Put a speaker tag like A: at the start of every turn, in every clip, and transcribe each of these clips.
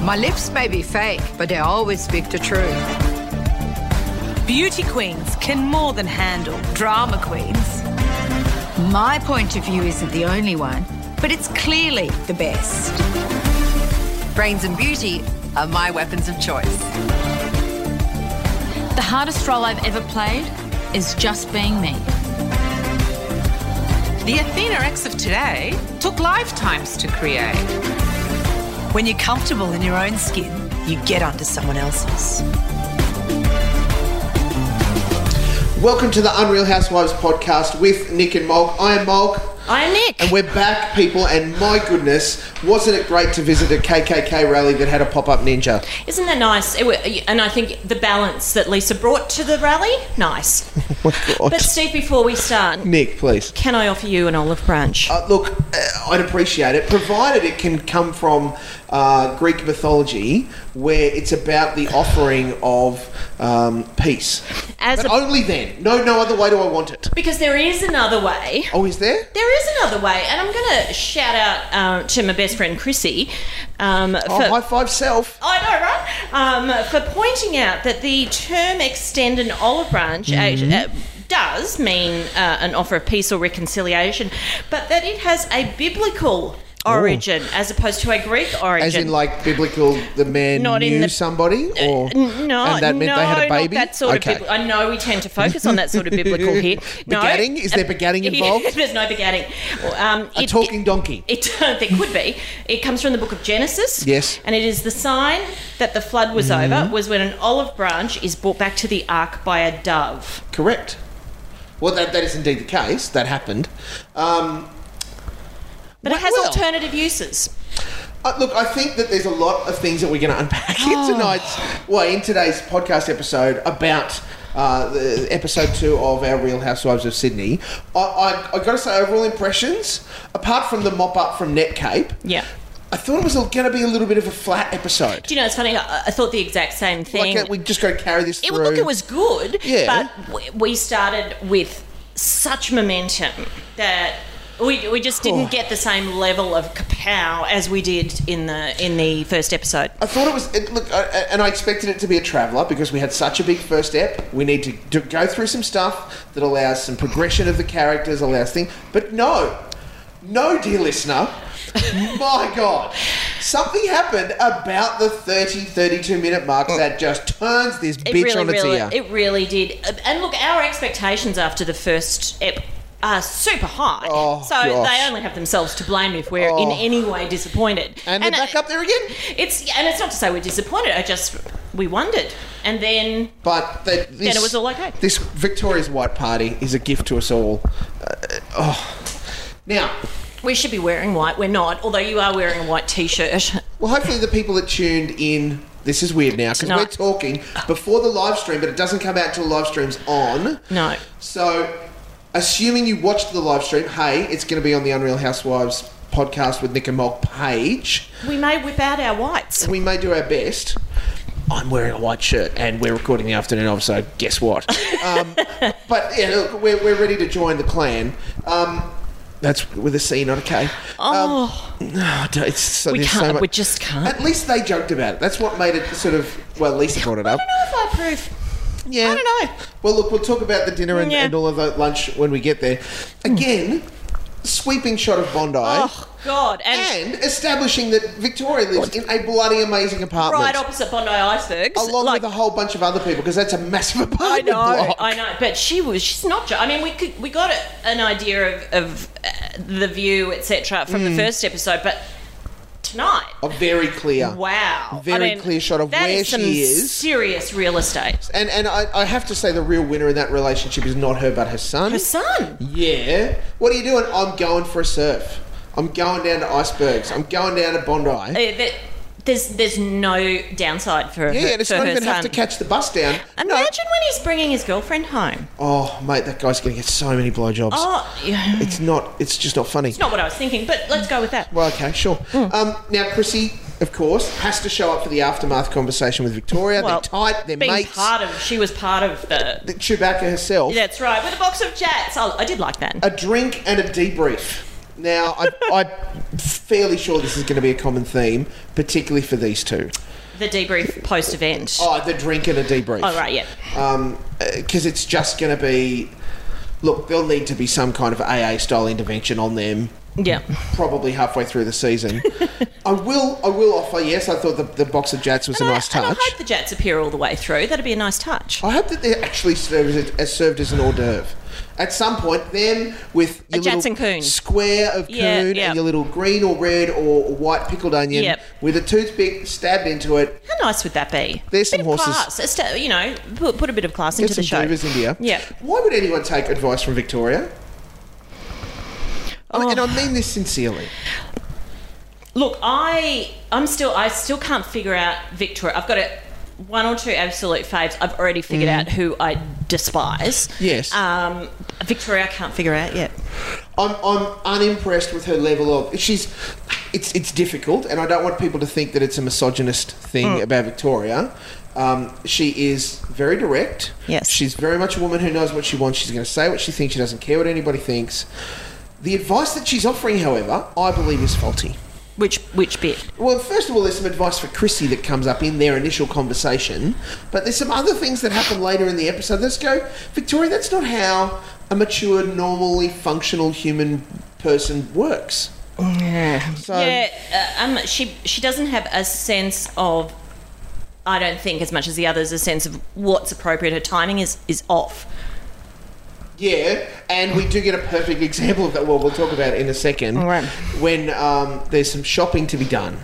A: My lips may be fake, but they always speak the truth.
B: Beauty queens can more than handle drama queens.
A: My point of view isn't the only one, but it's clearly the best.
C: Brains and beauty are my weapons of choice.
D: The hardest role I've ever played is just being me.
E: The Athena X of today took lifetimes to create.
B: When you're comfortable in your own skin, you get onto someone else's.
F: Welcome to the Unreal Housewives podcast with Nick and Mulk. I am Mulk.
G: I'm Nick.
F: And we're back, people, and my goodness, wasn't it great to visit a KKK rally that had a pop up ninja?
G: Isn't that nice? It wa- and I think the balance that Lisa brought to the rally, nice.
F: God.
G: But Steve, before we start,
F: Nick, please.
G: can I offer you an olive branch?
F: Uh, look, uh, I'd appreciate it, provided it can come from uh, Greek mythology, where it's about the offering of um, peace.
G: As
F: but
G: a-
F: only then. No, no other way do I want it.
G: Because there is another way.
F: Oh, is there?
G: There is another way, and I'm going to shout out uh, to my best friend Chrissy um, for.
F: Oh, high five self.
G: I know, right? Um, for pointing out that the term extend an olive branch
F: Mm-hmm.
G: uh, does mean uh, an offer of peace or reconciliation, but that it has a biblical origin as opposed to a Greek origin.
F: As in, like, biblical, the man
G: Not in
F: knew
G: the- Uh,
F: somebody? Or,
G: N- No,
F: and that meant
G: no,
F: they had a
G: not
F: baby?
G: that sort
F: okay.
G: of bibli- I know we tend to focus on that sort of biblical here. No. Uh,
F: Begatting? Is there begatting involved?
G: There's no begatting. Well, Um,
F: A talking donkey.
G: It, there could be. It comes from the book of Genesis.
F: Yes. Mm-hmm.
G: And it is the sign that the flood was over was when an olive branch is brought back to the ark by a dove.
F: Correct. Well, that, that is indeed the case. That happened. Um,
G: But it has
F: Well-
G: alternative uses.
F: Uh, look, I think that there's a lot of things that we're going to unpack
G: Oh.
F: in tonight's, well, in today's podcast episode about uh, the episode two of our Real Housewives of Sydney. I, I, I got to say, overall impressions, apart from the mop up from Netcape,
G: Yeah.
F: I thought it was going to be a little bit of a flat episode.
G: Do you know, it's funny, I, I thought the exact same thing.
F: Like uh, we just got to carry this
G: it,
F: through.
G: look, it was good,
F: Yeah.
G: but we, we started with such momentum that we, we just
F: Oh.
G: didn't get the same level of kapow as we did in the in the first episode.
F: I thought it was it, look, I, I- and I expected it to be a traveller because we had such a big first step. We need to, to go through some stuff that allows some progression of the characters, allows thing. But no, no, dear listener, my God, something happened about the 30, 32 minute mark that just turns this
G: It
F: bitch
G: really,
F: on its
G: really,
F: ear.
G: it really did. And look, our expectations after the first ep are super high,
F: Oh,
G: so
F: gosh.
G: they only have themselves to blame if we're in
F: Oh.
G: any way disappointed.
F: and we're back
G: uh,
F: up there again.
G: It's and it's not to say we're disappointed. I just we wondered, and then
F: But the, this,
G: it was all okay.
F: This Victoria's White Party is a gift to us all. Uh, oh. Now,
G: We should be wearing white. We're not, although you are wearing a white t-shirt.
F: Well, hopefully the people that tuned in. This is weird now because
G: Tonight.
F: we're talking before the live stream, but it doesn't come out till live stream's on.
G: No.
F: So, assuming you watched the live stream, hey, it's going to be on the Unreal Housewives podcast with Nick and Mulk page.
G: We may whip out our whites.
F: We may do our best. I'm wearing a white shirt and we're recording the afternoon of, so guess what? Um, but yeah, look, we're, we're ready to join the clan. Um, that's with a C, not a K.
G: Oh,
F: No, it's so,
G: we
F: there's
G: can't.
F: So much.
G: we just can't.
F: At least they joked about it. That's what made it sort of. Well, Lisa brought it
G: I
F: up.
G: don't know if I approve.
F: Yeah.
G: I don't know.
F: Well, look, we'll talk about the dinner and,
G: Yeah. Hmm.
F: and all of that lunch when we get there. Again, sweeping shot of Bondi.
G: Oh God! And,
F: And establishing that Victoria lives in a bloody amazing apartment.
G: right opposite Bondi Icebergs,
F: Along
G: like,
F: with a whole bunch of other people, because that's a massive
G: I
F: apartment
G: know,
F: block.
G: I know. But she was. She's not. jo- I mean, we could. We got a, an idea of of uh, the view, etc., from
F: Mm.
G: the first episode, but tonight.
F: A very clear.
G: Wow. I
F: Very
G: mean,
F: clear shot of
G: that
F: where
G: is some
F: she is.
G: Serious real estate.
F: And and I, I have to say, the real winner in that relationship is not her, but her son.
G: Her son. Uh,
F: Yeah. What are you doing? I'm going for a surf. I'm going down to icebergs. I'm going down to Bondi.
G: Uh, that- there's there's no downside
F: Yeah,
G: for her,
F: yeah, and it's
G: for
F: not
G: her
F: even have
G: son.
F: to catch the bus down.
G: Imagine
F: No.
G: when he's bringing his girlfriend home.
F: Oh, mate, that guy's going to get so many blowjobs.
G: Oh, yeah.
F: It's not. It's just not funny.
G: It's not Hmm. what I was thinking, but let's go with that.
F: Well, okay, sure. Um, now, Chrissy, of course, has to show up for the aftermath conversation with Victoria.
G: Well,
F: they're tight. They're
G: being
F: mates.
G: part of, she was part of the.
F: Chewbacca herself.
G: That's right, with a box of jets. I, I did Oh, like that.
F: A drink and a debrief. Now, I, I'm fairly sure this is going to be a common theme, particularly for these two.
G: The debrief post event.
F: Oh, the drink and a debrief.
G: Oh, right, yeah.
F: Because it's just going to be. Look, there'll need to be some kind of AA style intervention on them
G: Yeah.
F: probably halfway through the season. I will I will offer, yes, I thought the, the box of Jats was a nice
G: And I
F: touch. Oh.
G: hope the Jets appear all the way through. That'd be a nice touch.
F: I hope that they actually serves as, as served as an hors d'oeuvre. At some point, them with your
G: Jats
F: little
G: and Coon.
F: square of coon
G: Yeah, yeah.
F: and your little green or red or white pickled onion
G: Yep.
F: with a toothpick stabbed into it.
G: How nice would that be?
F: There's some
G: bit of
F: horses.
G: Class. It's to- you know, put, put a bit of class
F: Get
G: into the
F: some
G: show.
F: divas in here.
G: Yeah.
F: Why would anyone take advice from Victoria? I
G: Oh.
F: mean- And I mean this sincerely.
G: Look, I I'm still I still can't figure out Victoria. I've got a one or two absolute faves. I've already figured out who I despise.
F: Mm. Yes.
G: Um, Victoria, I can't figure out yet.
F: I'm, I'm unimpressed with her level of she's it's it's difficult and I don't want people to think that it's a misogynist thing about Victoria. Um, she is very direct.
G: Yes.
F: She's very much a woman who knows what she wants. She's going to say what she thinks. She doesn't care what anybody thinks. The advice that she's offering, however, I believe is faulty.
G: Which which bit?
F: Well, first of all, there's some advice for Chrissy that comes up in their initial conversation, but there's some other things that happen later in the episode. Let's go, Victoria, that's not how a mature, normally functional human person works. So,
G: yeah, uh, um, she she doesn't have a sense of. I don't think as much as the others a sense of what's appropriate. Her timing is is off.
F: yeah, and we do get a perfect example of that. Well, we'll talk about it in a second.
G: right.
F: When um, there's some shopping to be done.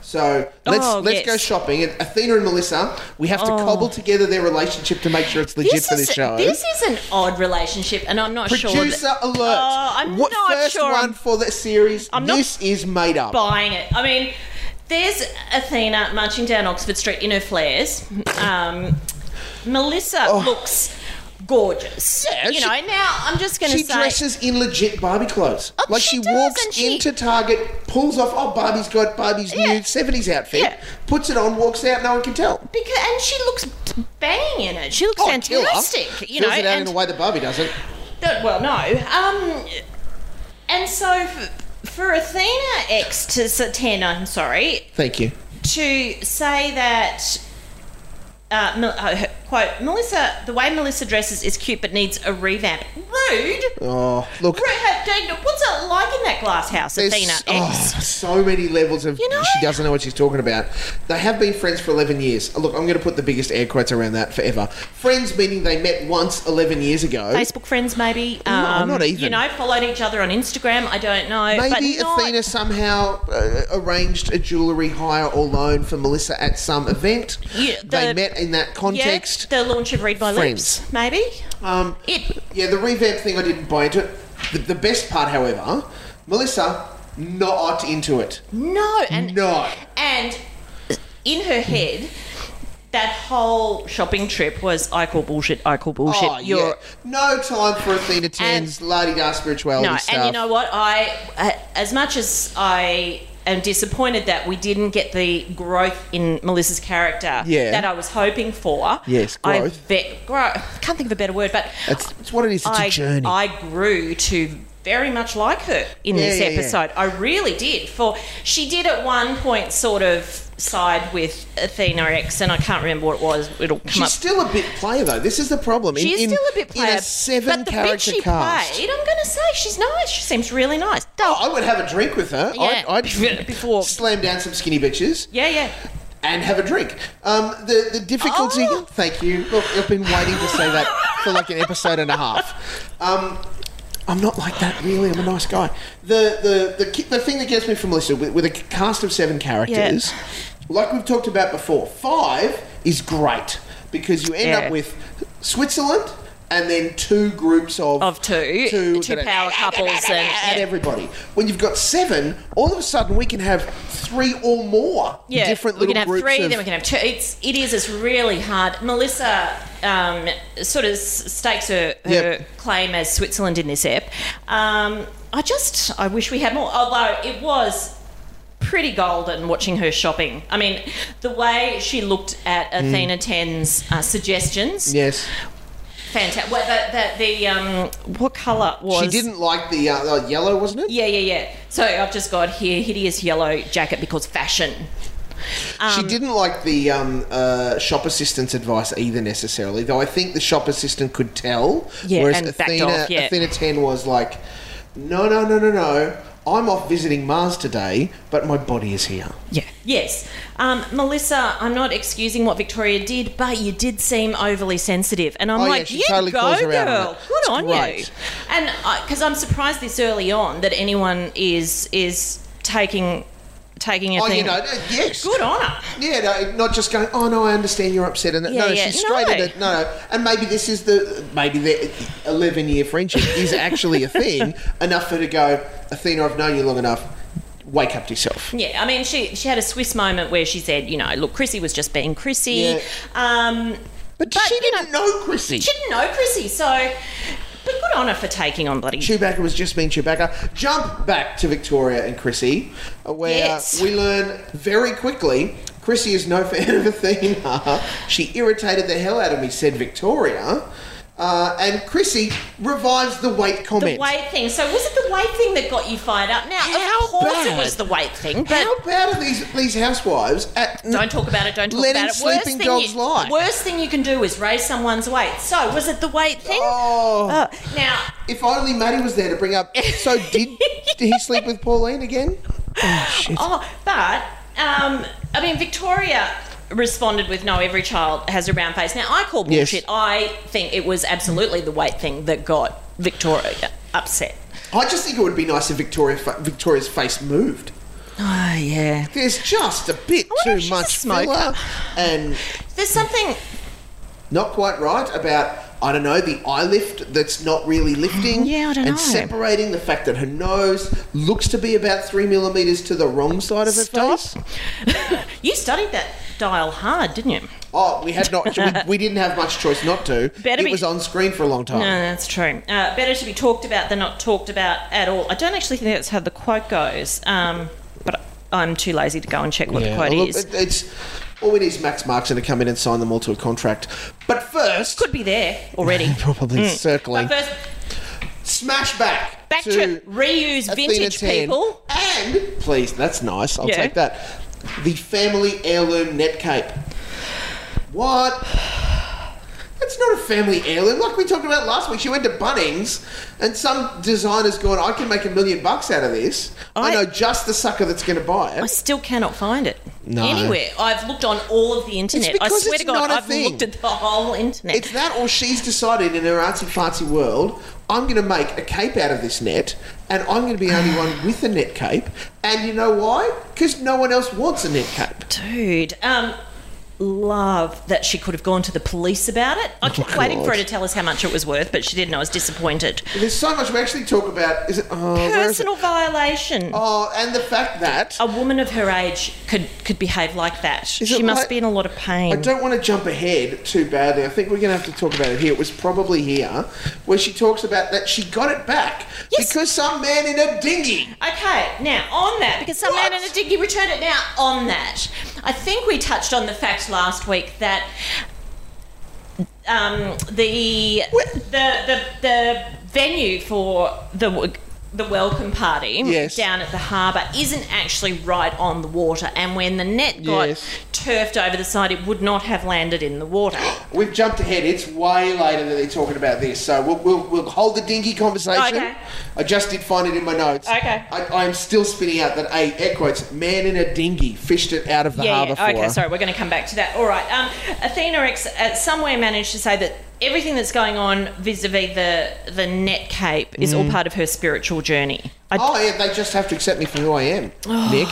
F: So let's
G: Oh,
F: let's go
G: yes.
F: shopping. And Athena and Melissa, we have to cobble together their relationship to make sure it's legit for this
G: is,
F: show.
G: this is an odd relationship, and I'm not sure.
F: Producer
G: that-
F: alert!
G: Oh, I'm
F: what
G: not
F: first
G: sure
F: one
G: I'm
F: for the series?
G: I'm not
F: this is made up.
G: buying it. I mean, there's Athena marching down Oxford Street in her flares. Um, Melissa looks gorgeous.
F: Oh. Yeah, she-
G: you know. Now I'm just going to
F: She
G: say
F: dresses in legit Barbie clothes.
G: Oh,
F: like she,
G: she does,
F: walks
G: and she-
F: into Target, pulls off. Oh, Barbie's got Barbie's
G: Yeah.
F: new '70s outfit.
G: Yeah.
F: Puts it on, walks out. No one can tell.
G: because, and she looks banging in it. She looks
F: Oh, killer.
G: fantastic. You know,
F: Fills it out
G: and
F: in a way that Barbie doesn't.
G: That- well, no. Um, and so for, for Athena X to Satana, I'm sorry,
F: Thank you.
G: to say that. Uh, Mel- uh, her- quote Melissa, the way Melissa dresses is cute but needs a revamp. Rude.
F: Oh, look.
G: Rude. Her- Jane, What's it like in that glass house,
F: There's
G: Athena X?
F: oh, so many levels of
G: You know-
F: she doesn't know what she's talking about. They have been friends for 11 years. Look, I'm going to put the biggest air quotes around that forever. Friends meaning they met once 11 years ago.
G: Facebook friends, maybe. Um,
F: not even.
G: You know, followed each other on Instagram. I don't know.
F: Maybe
G: but not-
F: Athena somehow uh, arranged a jewellery hire or loan for Melissa at some event.
G: Yeah,
F: they
G: the-
F: met in that
G: Yeah,
F: context.
G: the launch of Read My
F: Friends.
G: Lips, maybe.
F: Um,
G: It-
F: Yeah, the revamp thing I didn't buy into it. The, the best part, however, Melissa not into it.
G: No, and
F: No.
G: And in her head, that whole shopping trip was I call bullshit, I call bullshit.
F: Oh,
G: You're
F: yeah. No time for Athena 10s, la da spirituality
G: no,
F: stuff.
G: and you know what? I uh, as much as I am disappointed that we didn't get the growth in Melissa's character
F: Yeah.
G: that I was hoping for.
F: Yes,
G: I
F: growth.
G: ve- grow- can't think of a better word, but
F: It's, it's what it is. It's a
G: I,
F: journey.
G: I grew to very much like her in
F: Yeah,
G: this
F: yeah, yeah.
G: episode. I really did. For she did at one point sort of side with Athena X, and I can't remember what it was. It'll come up.
F: She's still a bit player, though. This is the problem. In,
G: She's
F: in-
G: still a bit player,
F: In a seven
G: but the bit
F: character
G: she
F: cast.
G: played, I'm going to say she's nice. She seems really nice.
F: Oh, I would have a drink with her.
G: Yeah.
F: I'd, I'd
G: Before-
F: slam down some skinny bitches
G: Yeah, yeah.
F: and have a drink. Um, the the difficulty.
G: Oh.
F: Thank you. Look, I've been waiting to say that for like an episode and a half. Um, I'm not like that really. I'm a nice guy. The the the, ki- the thing that gets me from Melissa with, with a cast of seven characters, like we've talked about before, five is great because you end up
G: Yeah.
F: with Switzerland. And then two groups of
G: Of two, two
F: that are-
G: power couples and-
F: and everybody. When you've got seven, all of a sudden we can have three or more
G: Yeah,
F: different
G: we
F: little
G: can have
F: groups
G: three,
F: of
G: then we can have two. It's it is it's really hard. Melissa um, sort of s- stakes her, her
F: Yep.
G: claim as Switzerland in this app. Um, I just I wish we had more. Although it was pretty golden watching her shopping. I mean,
F: Mm.
G: the way she looked at Athena Ten's uh, suggestions
F: Yes.
G: Fantastic. Well, the, the, the um, what colour was?
F: She didn't like the uh, uh, yellow, wasn't it?
G: Yeah, yeah, yeah. So I've just got here hideous yellow jacket because fashion.
F: she didn't like the um, uh, shop assistant's advice either necessarily, though I think the shop assistant could tell.
G: Yeah,
F: whereas
G: and backed
F: Athena,
G: off, yeah.
F: Athena 10 was like, no, no, no, no, no. I'm off visiting Mars today, but my body is here.
G: Yes. Um, Melissa, I'm not excusing what Victoria did, but you did seem overly sensitive. And I'm
F: Oh, yeah,
G: like,
F: she
G: you
F: totally
G: go,
F: calls her out on
G: girl.
F: it.
G: Good
F: It's
G: on you.
F: great.
G: And because I'm surprised this early on that anyone is is taking taking a
F: Oh,
G: thing.
F: you know, uh, yes.
G: Good on her.
F: Yeah, no, not just going. Oh no, I understand you're upset, and
G: Yeah,
F: no,
G: yeah.
F: she's straight at
G: No.
F: it. No, no, and maybe this is the maybe the eleven year friendship is actually a thing enough for her to go. Athena, I've known you long enough. Wake up to yourself.
G: Yeah, I mean, she she had a Swiss moment where she said, you know, look, Chrissy was just being Chrissy.
F: Yeah.
G: Um,
F: But, she didn't know, Chrissy.
G: she didn't know Chrissy, so. But good on her for taking on bloody.
F: Chewbacca was just being Chewbacca. Jump back to Victoria and Chrissy, uh, where
G: Yes.
F: we learn very quickly Chrissy is no fan of Athena. She irritated the hell out of me, said Victoria. Uh, and Chrissy revives the weight
G: The
F: comment.
G: weight thing. So was it the weight thing that got you fired up? Now,
F: How
G: of course
F: bad?
G: it was the weight thing, but
F: How bad are these these housewives? At,
G: don't talk about it. Don't talk
F: Letting
G: about it.
F: sleeping
G: thing
F: dogs
G: you,
F: lie.
G: Worst thing you can do is raise someone's weight. So was it the weight thing?
F: Oh.
G: Oh, now
F: If only Maddie was there to bring up. So did, did he sleep with Pauline again?
G: Oh, but um, I mean, Victoria responded with, "No, every child has a round face." Now I call
F: Yes.
G: bullshit. I think it was absolutely the weight thing that got Victoria upset.
F: I just think it would be nice if Victoria fa- Victoria's face moved.
G: Oh yeah.
F: There's just a bit
G: wonder if
F: too
G: she's a
F: much
G: smoker.
F: filler and
G: There's something.
F: not quite right about I don't know the eye lift that's not really lifting.
G: Yeah, I don't
F: and
G: know.
F: separating the fact that her nose looks to be about three millimeters to the wrong side of her
G: Stop.
F: face.
G: you studied that dial hard, didn't you?
F: Oh, we had not. we, we didn't have much choice not to.
G: Better
F: it
G: be-
F: was on screen for a long time.
G: No, that's true. Uh, better to be talked about than not talked about at all. I don't actually think that's how the quote goes, um, but I'm too lazy to go and check what the quote
F: Oh, look,
G: is.
F: it- it's all we need is Max Markson to come in and sign them all to a contract. But first,
G: Could be there already.
F: probably circling,
G: but first,
F: smash back
G: back to, reuse
F: Athena
G: vintage
F: 10.
G: people.
F: and please, that's nice. I'll
G: Yeah.
F: take that. The family heirloom net cape. What? That's not a family heirloom. Like we talked about last week, she went to Bunnings, and some designer's gone. I can make a million bucks out of this. I,
G: I-
F: know just the sucker that's going to buy it.
G: I still cannot find it
F: No.
G: anywhere. I've looked on all of the internet. I
F: because
G: swear
F: it's
G: to God,
F: not a
G: I've
F: thing.
G: looked at the whole internet.
F: It's that, or she's decided in her artsy fartsy world, I'm going to make a cape out of this net, and I'm going to be the only one with a net cape. And you know why? Because no one else wants a net cape.
G: Dude, um, love that she could have gone to the police about it.
F: Oh
G: I kept waiting for her to tell us how much it was worth, but she didn't. I was disappointed.
F: There's so much we actually talk about. Is it? Oh, where is it?
G: Personal violation.
F: Oh, and the fact that
G: A woman of her age could could behave like that.
F: Is it
G: she must
F: like-
G: be in a lot of
F: I
G: pain.
F: don't want to jump ahead too badly. I think we're going to have to talk about it here. It was probably here where she talks about that she got it back
G: Yes.
F: because some man in a dinghy.
G: Okay, now on that, because some man in a dinghy returned it. Now on that, I think we touched on the fact last week that um, the, the the the venue for the w- the welcome party
F: Yes.
G: down at the harbour isn't actually right on the water, and when the net got
F: Yes.
G: turfed over the side, it would not have landed in the water.
F: We've jumped ahead. It's way later that they're talking about this, so we'll, we'll, we'll hold the dingy conversation.
G: Okay.
F: I just did find it in my notes.
G: Okay.
F: I, I'm still spinning out that a air quotes man in a dinghy fished it out of the harbour for
G: Okay,
F: her.
G: sorry, we're going to come back to that. All right. Um, Athena X uh, somewhere managed to say that everything that's going on vis-a-vis the the net cape is all part of her spiritual journey. I, Oh.
F: Oh yeah, they just have to accept me for who I am, Nick.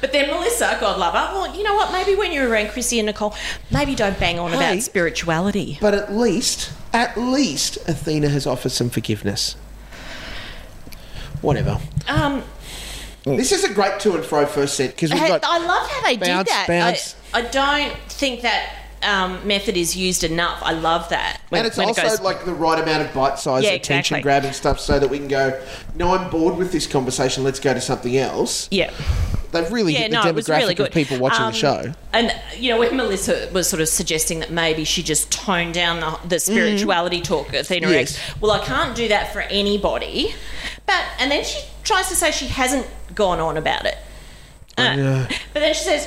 G: But then Melissa, God love her. Well, you know what? Maybe when you're around Chrissy and Nicole, maybe don't bang on
F: Hey.
G: about spirituality.
F: But at least, at least Athena has offered some forgiveness. Whatever.
G: Um,
F: This is a great to and fro first set because we've
G: Hey,
F: got
G: I love how they
F: Bounce,
G: did that.
F: bounce.
G: I, I don't think that um, method is used enough. I love that.
F: and it's
G: it
F: also
G: goes-
F: like the right amount of bite-sized
G: Yeah,
F: attention
G: exactly.
F: grabbing stuff, so that we can go. No, I'm bored with this conversation. Let's go to something else.
G: yeah.
F: They've really
G: Yeah,
F: hit the
G: no, it was
F: demographic
G: really good.
F: of people watching
G: Um,
F: the show.
G: And you know, when Melissa was sort of suggesting that maybe she just toned down the, the spirituality talk at Athena
F: Mm-hmm. Yes.
G: X, well, I can't do that for anybody. But and then she tries to say she hasn't gone on about it.
F: Oh,
G: Uh, But then she says.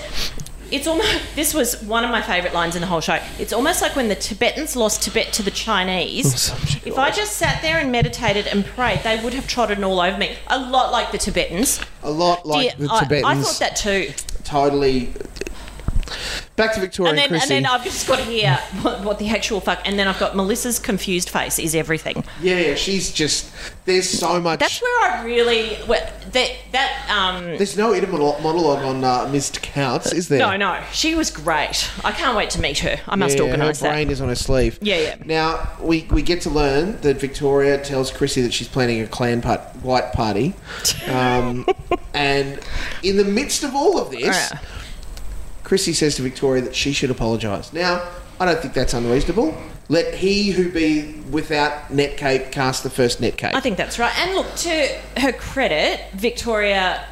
G: It's almost. This was one of my favourite lines in the whole show. It's almost like when the Tibetans lost Tibet to the
F: Oh,
G: Chinese. if I just sat there and meditated and prayed, they would have trodden all over me. A lot like the Tibetans.
F: A lot like
G: Dear-
F: the
G: I-
F: Tibetans.
G: I thought that too.
F: totally. Back to Victoria
G: And
F: and,
G: then, and
F: Chrissy.
G: then I've just got here what, what the actual fuck. And then I've got Melissa's confused face is everything.
F: yeah, she's just. There's so much.
G: That's where I really where- that that um.
F: there's no inner monol- monologue on uh, Missed Counts, is there?
G: No, no, she was great. I can't wait to meet her. I must
F: yeah,
G: organise
F: her
G: that.
F: brain is on her sleeve.
G: Yeah, yeah.
F: Now we, we get to learn that Victoria tells Chrissy that she's planning a clan part, white party, um, and in the midst of all of this,
G: Yeah.
F: Chrissy says to Victoria that she should apologise. Now I don't think that's unreasonable. Let he who be without netcake cast the first netcake.
G: I think that's right. And look, to her credit, Victoria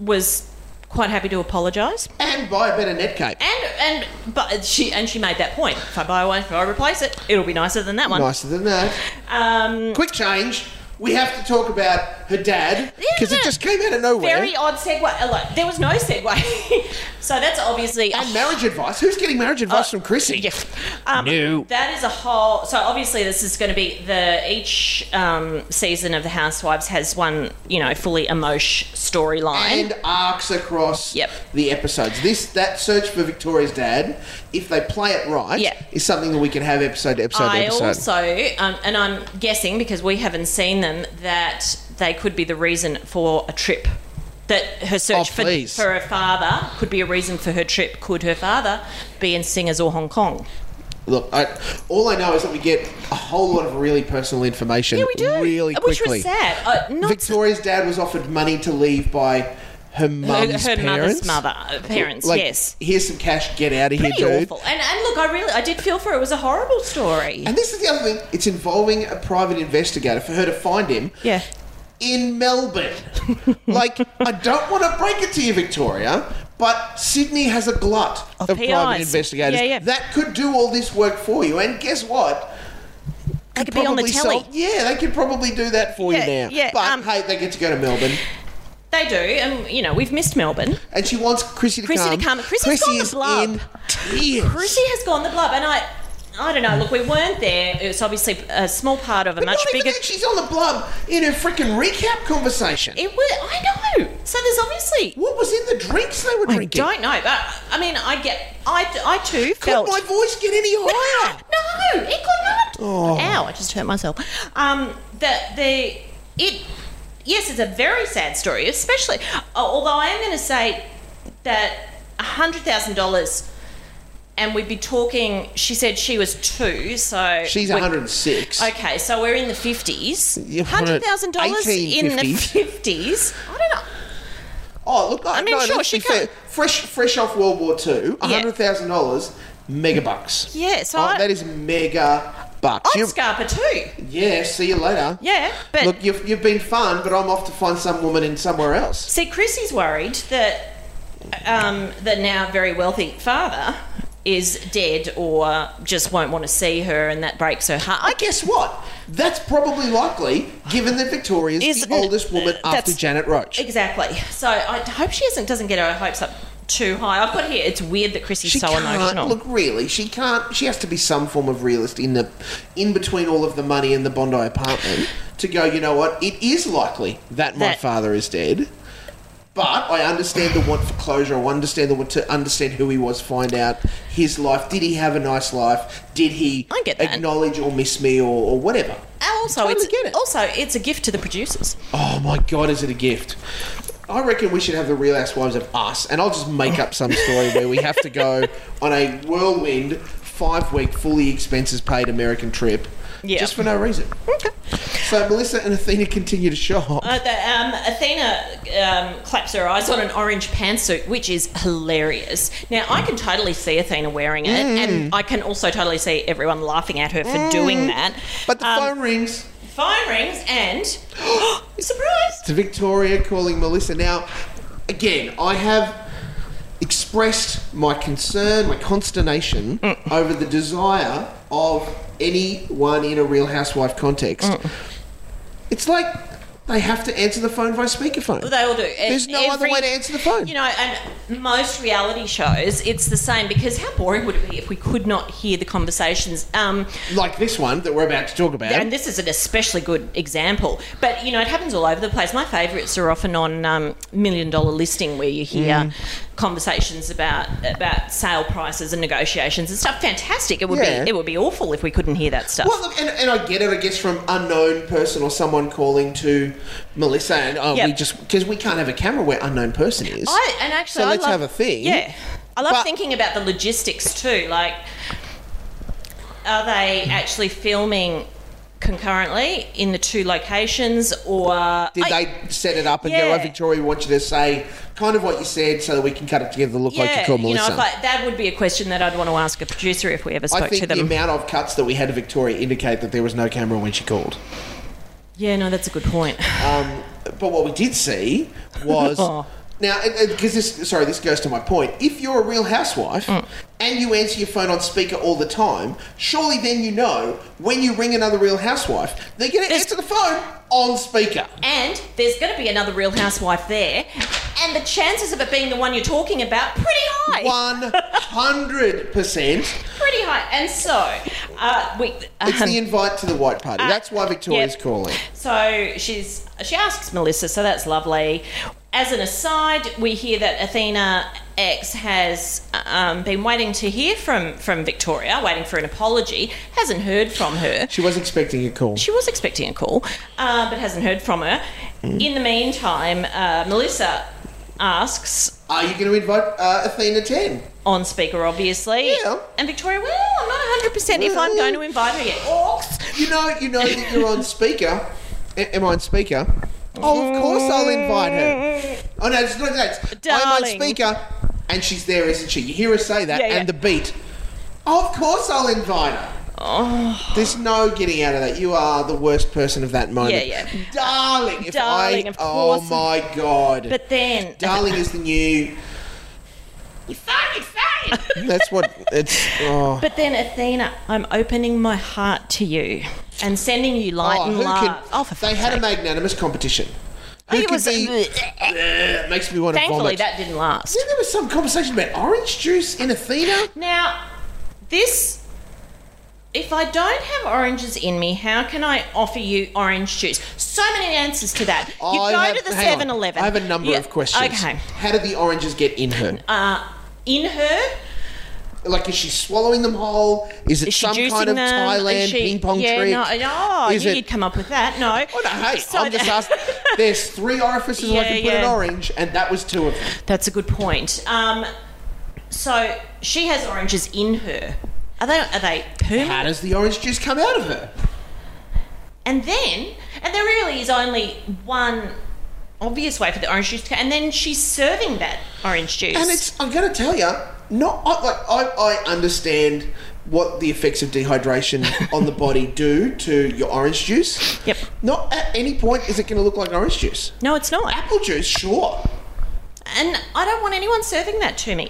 G: was quite happy to apologise.
F: and buy a better netcake.
G: And and but she and she made that point. If I buy one, if I replace it, it'll be nicer than that one.
F: Nicer than that.
G: Um,
F: Quick change. We have to talk about her dad because
G: Yeah,
F: it just came out of nowhere.
G: Very odd segue. Uh, Like, there was no segue. so that's obviously.
F: and marriage advice. Who's getting marriage advice
G: Uh,
F: from Chrissy?
G: Yeah. Um, That is a whole. So obviously, this is going to be the each um, season of the Housewives has one, you know, fully emotion storyline.
F: and arcs across
G: Yep.
F: the episodes. This that search for Victoria's dad, if they play it right,
G: Yeah.
F: is something that we can have episode to episode to
G: I
F: episode.
G: also, um, and I'm guessing because we haven't seen them, that they could be the reason for a trip. That her search for,
F: Oh, please.
G: for her father could be a reason for her trip. Could her father be in Singers or Hong Kong?
F: Look, I, all I know is that we get a whole lot of really personal information.
G: Yeah, we do.
F: Really
G: Which
F: quickly.
G: was sad. Uh, not
F: Victoria's dad was offered money to leave by her
G: her,
F: mum's
G: her
F: parents.
G: mother's mother, uh, parents.
F: Like,
G: yes,
F: Here's some cash. Get out of
G: pretty
F: here, dude.
G: awful. And and look, I really I did feel for her. It was a horrible story.
F: And this is the other thing. It's involving a private investigator for her to find him.
G: yeah,
F: in Melbourne. like, I don't want to break it to you, Victoria, but Sydney has a glut of,
G: PIs.
F: private investigators
G: Oh, Yeah, yeah.
F: that could do all this work for you. And guess what?
G: they could be on the
F: Probably
G: telly.
F: sol- yeah, they could probably do that for
G: Yeah,
F: you now.
G: yeah,
F: but
G: um,
F: hey, they get to go to Melbourne,
G: They do, and you know we've missed Melbourne.
F: and she wants Chrissy to
G: Chrissy
F: come.
G: to come. Chrissy's
F: Chrissy
G: gone the
F: is
G: blub.
F: in tears.
G: Chrissy has gone the blub, and I. I don't know. Look, we weren't there. It's obviously a small part of a
F: But
G: much
F: not even
G: bigger.
F: that, she's on the blub in her freaking recap conversation.
G: It was. I know. So there's obviously.
F: what was in the drinks they were
G: I
F: drinking?
G: don't know, but I mean, I get. I I too
F: could
G: felt.
F: my voice get any higher?
G: No, it could not.
F: Oh.
G: Ow, I just hurt myself. Um, the the it yes, it's a very sad story, especially uh, although I am going to say that hundred thousand dollars. And we'd be talking. She said she was two, so
F: She's
G: we-
F: 106.
G: Okay, so we're in the fifties.
F: Yeah,
G: Hundred thousand dollars in the
F: 1850s.
G: fifties. I don't know.
F: Oh, look, I
G: mean,
F: no,
G: sure,
F: let's
G: she
F: be fair.
G: can't-
F: Fresh, fresh off World War Two,
G: Yeah.
F: hundred thousand dollars, mega bucks.
G: Yeah, so
F: Oh,
G: I-
F: that is mega bucks.
G: I'd
F: You-
G: scarper too.
F: yeah, see you later.
G: Yeah, but
F: look, you've, you've been fun, but I'm off to find some woman in somewhere else.
G: See, Chrissy's worried that um, the now very wealthy father is dead or just won't want to see her, and that breaks her heart.
F: I guess what? That's probably likely, given that Victoria's
G: Is-
F: the oldest woman after
G: That's-
F: Janet Roach.
G: exactly. So I hope she isn't, doesn't get her hopes up too high. I've got here. It's weird that Chrissy's
F: She
G: so
F: can't
G: emotional.
F: look really. She can't. She has to be some form of realist in the in between all of the money and the Bondi apartment to go. You know what? It is likely that my
G: That-
F: father is dead. But I understand the want for closure. I understand the want to understand who he was, find out his life. Did he have a nice life? Did he
G: I get that.
F: acknowledge or miss me or, or whatever?
G: And also,
F: Totally
G: it's,
F: get it.
G: also, it's a gift to the producers.
F: Oh my god, is it a gift? I reckon we should have the Real Housewives of Us, and I'll just make up some story where we have to go on a whirlwind, five week, fully expenses paid American trip
G: Yeah.
F: Just for no reason. Okay. So Melissa and Athena continue to shop.
G: Uh, the, um, Athena um, claps her eyes on an orange pantsuit, which is hilarious. Now, I can totally see Athena wearing it,
F: Mm.
G: and I can also totally see everyone laughing at her for
F: Mm.
G: doing that.
F: but the
G: um,
F: phone rings.
G: phone rings, and surprise!
F: to Victoria calling Melissa. Now, again, I have expressed my concern, my consternation
G: Mm.
F: over the desire of anyone in a Real Housewife context.
G: Mm.
F: It's like they have to answer the phone via speakerphone.
G: They all do.
F: There's no other
G: Every-
F: way to answer the phone.
G: You know, and most reality shows, it's the same because how boring would it be if we could not hear the conversations? Um,
F: like this one that we're about to talk about.
G: and this is an especially good example. But you know, it happens all over the place. My favourites are often on um, Million Dollar Listing, where you hear
F: Mm.
G: conversations about about sale prices and negotiations and stuff. Fantastic! It would
F: Yeah.
G: be it would be awful if we couldn't hear that stuff.
F: Well, look, and, and I get it, I guess, from unknown person or someone calling to Melissa, and oh, we
G: Yep.
F: just because we can't have a camera where unknown person is.
G: I, and actually,
F: so
G: I
F: let's
G: love-
F: have a thing.
G: Yeah, I love
F: But-
G: thinking about the logistics too. Like, are they actually filming concurrently in the two locations, or
F: Did
G: I-
F: they set it up and go,
G: Yeah.
F: oh, Victoria, we want you to say kind of what you said so that we can cut it together to look
G: Yeah,
F: like you call
G: you know,
F: Melissa?
G: if I, that would be a question that I'd want to ask a producer if we ever spoke
F: I think
G: to
F: the
G: them.
F: amount of cuts that we had to Victoria indicate that there was no camera when she called.
G: yeah, no, that's a good point.
F: Um, but what we did see was.
G: Oh.
F: Now, because this, sorry, this goes to my point. If you're a real housewife
G: Mm.
F: and you answer your phone on speaker all the time, surely then you know when you ring another real housewife, they're going to answer the phone on speaker.
G: and there's going to be another Real Housewife there, and the chances of it being the one you're talking about pretty high.
F: 100%.
G: Pretty high. And so, uh, we.
F: It's
G: um,
F: the invite to the white party. That's why Victoria's
G: yep.
F: calling.
G: So she's she asks Melissa, so that's lovely. As an aside, we hear that Athena X has um, been waiting to hear from from Victoria, waiting for an apology. Hasn't heard from her.
F: She was expecting a call.
G: She was expecting a call, uh, but hasn't heard from her.
F: Hmm.
G: In the meantime, uh, Melissa asks
F: Are you going to invite uh, Athena 10?
G: on speaker, obviously.
F: Yeah.
G: And Victoria, well, I'm not 100 percent if I'm going to invite her yet. Orcs.
F: You know, you know that you're on speaker. A- am I on speaker? Oh, of course I'll invite her. Oh no, it's not that. I'm on
G: Darling.
F: speaker, and she's there, isn't she? You hear her say that,
G: Yeah, yeah.
F: and the beat. Oh, of course I'll invite her. Oh. There's no getting out of that. You are the worst person of that moment.
G: Yeah, yeah.
F: Darling, if
G: Darling,
F: I.
G: of
F: oh
G: course.
F: my god.
G: But then,
F: Darling is the new.
G: you fucking faggot.
F: That's what it's. Oh.
G: But then, Athena, I'm opening my heart to you and sending you light
F: Oh,
G: and
F: who
G: love.
F: can-
G: oh, for
F: they
G: fuck's
F: had a
G: sake.
F: magnanimous competition. Who
G: It
F: could
G: was-
F: be? Ugh, makes me want to
G: Thankfully,
F: vomit.
G: that didn't last.
F: Then there was some conversation about orange juice in Athena.
G: Now, this. If I don't have oranges in me, how can I offer you orange juice? So many answers to that. You
F: I
G: go
F: have-
G: to the
F: hang on.
G: 7 Eleven.
F: I have a number of questions.
G: Okay.
F: How do the oranges get in her?
G: Uh, in her.
F: like, is she swallowing them whole? Is it
G: Is she
F: some
G: juicing
F: kind of
G: them?
F: Thailand
G: Is she-
F: ping pong
G: yeah,
F: trick?
G: No, no,
F: Is
G: I knew
F: it-
G: you'd come up with that. No.
F: Oh, no, hey,
G: So
F: I'm just
G: the-
F: asking. There's three orifices I
G: Yeah,
F: can put an
G: yeah.
F: orange, and that was two of them.
G: That's a good point. Um, so she has oranges in her. Are they? Are they
F: How
G: permanent?
F: does the orange juice come out of her?
G: And then, and there really is only one obvious way for the orange juice. to And then she's serving that orange juice.
F: And it's I'm going to tell you, not I, like I, I understand what the effects of dehydration on the body do to your orange juice.
G: Yep.
F: Not at any point is it going to look like orange juice.
G: no, it's not.
F: Apple juice, sure.
G: And I don't want anyone serving that to me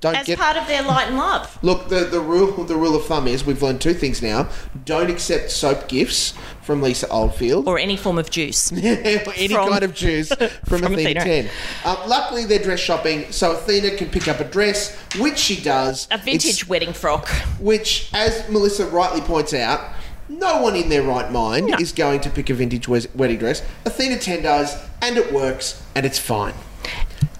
F: Don't
G: as
F: get
G: part of their light and love.
F: Look, the, the rule the rule of thumb is we've learned two things now. Don't accept soap gifts from Lisa Oldfield.
G: Or any form of juice.
F: or any
G: From-
F: kind of juice from,
G: from
F: Athena,
G: Athena.
F: 10. Uh, luckily, they're dress shopping, so Athena can pick up a dress, which she does.
G: A vintage
F: It's-
G: wedding frock.
F: which, as Melissa rightly points out, no one in their right mind is going to pick a vintage wes- wedding dress. Athena 10 does, and it works, and it's fine.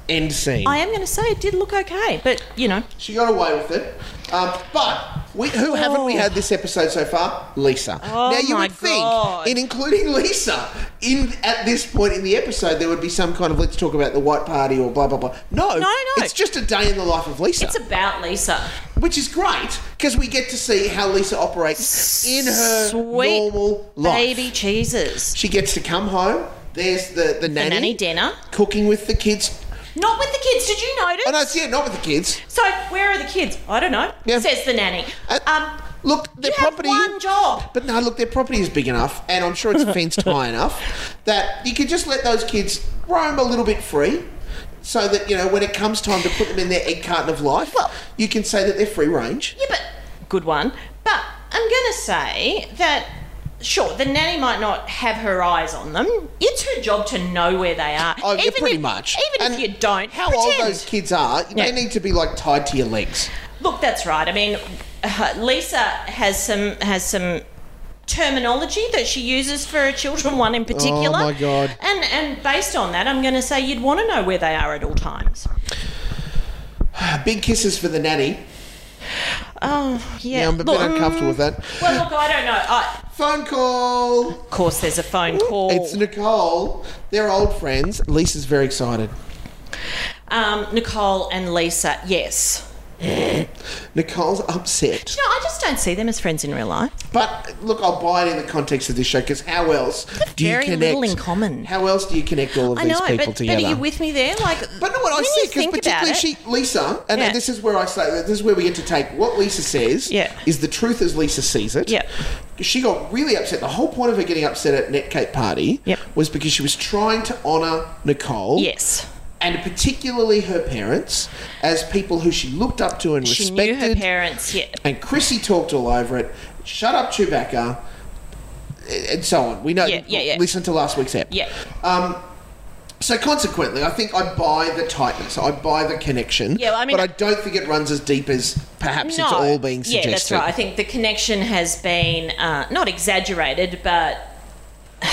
F: End scene.
G: I am going to say it did look okay, but you know,
F: she got away with it. Um, but We, who haven't we had this episode so far? Lisa.
G: Oh
F: now you
G: my
F: would
G: God.
F: think, in including Lisa, in at this point in the episode, there would be some kind of let's talk about the white party or blah blah blah. No,
G: no.
F: It's just a day in the life of Lisa,
G: It's about Lisa.
F: which is great because we get to see how Lisa operates in her
G: Sweet
F: normal life.
G: Baby cheeses.
F: She gets to come home. There's the the nanny,
G: nanny dinner.
F: cooking with the kids.
G: Not with the kids. Did you notice?
F: Oh no, it's, yeah, not with the kids.
G: So where are the kids? I don't know.
F: Yeah.
G: Says the nanny.
F: Uh,
G: um,
F: Look, their
G: you
F: property.
G: have one job.
F: But no, look, their property is big enough, and I'm sure it's fenced high enough that you could just let those kids roam a little bit free, so that you know when it comes time to put them in their egg carton of life,
G: Well-
F: you can say that they're free range.
G: Yeah, but good one. But I'm gonna say that sure, the nanny might not have her eyes on them. It's her job to know where they are.
F: Oh, yeah, pretty
G: if,
F: much.
G: Even
F: And
G: if you don't,
F: How
G: pretend.
F: old those kids are?
G: Yeah.
F: They need to be like tied to your legs.
G: Look, that's right. I mean, uh, Lisa has some has some terminology that she uses for her children. One in particular.
F: Oh, my God.
G: And and based on that, I'm going to say you'd want to know where they are at all times.
F: Big kisses for the nanny.
G: Oh yeah.
F: Yeah, I'm a bit
G: Look,
F: uncomfortable with that.
G: Well, look, I don't know. I,
F: Phone call.
G: of course, there's a phone call.
F: It's Nicole. They're old friends. Lisa's very excited.
G: um, Nicole and Lisa. Yes.
F: Nicole's upset.
G: No, I just don't see them as friends in real life.
F: But look, I'll buy it in the context of this show because how else do you
G: very
F: connect?
G: little in common.
F: How else do you connect all of
G: I
F: these
G: know,
F: people
G: but, but
F: together?
G: are you with me there? Like,
F: But no, what I
G: when
F: see
G: you
F: because
G: think about
F: particularly
G: it-
F: she, Lisa, and
G: Yeah.
F: this is where I say this is where we get to take what Lisa says
G: Yeah.
F: is the truth as Lisa sees it.
G: Yeah.
F: She got really upset. The whole point of her getting upset at Netcake Party
G: Yep.
F: was because she was trying to honour Nicole.
G: Yes.
F: And particularly her parents as people who she looked up to and
G: She
F: respected.
G: knew her parents. Yeah.
F: And Chrissy talked all over it. Shut up, Chewbacca. And so on. We know.
G: Yeah, yeah, yeah.
F: Listen to last week's app.
G: Yeah.
F: So consequently, I think I buy the tightness. I buy the connection.
G: Yeah, well, I mean-
F: but I don't think it runs as deep as perhaps it's all being suggested.
G: Yeah, that's right. I think the connection has been uh, not exaggerated, but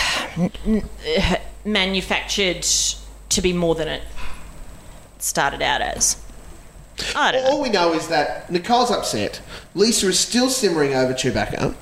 G: manufactured to be more than it started out as. I don't know.
F: All we know is that Nicole's upset. Lisa is still simmering over Chewbacca,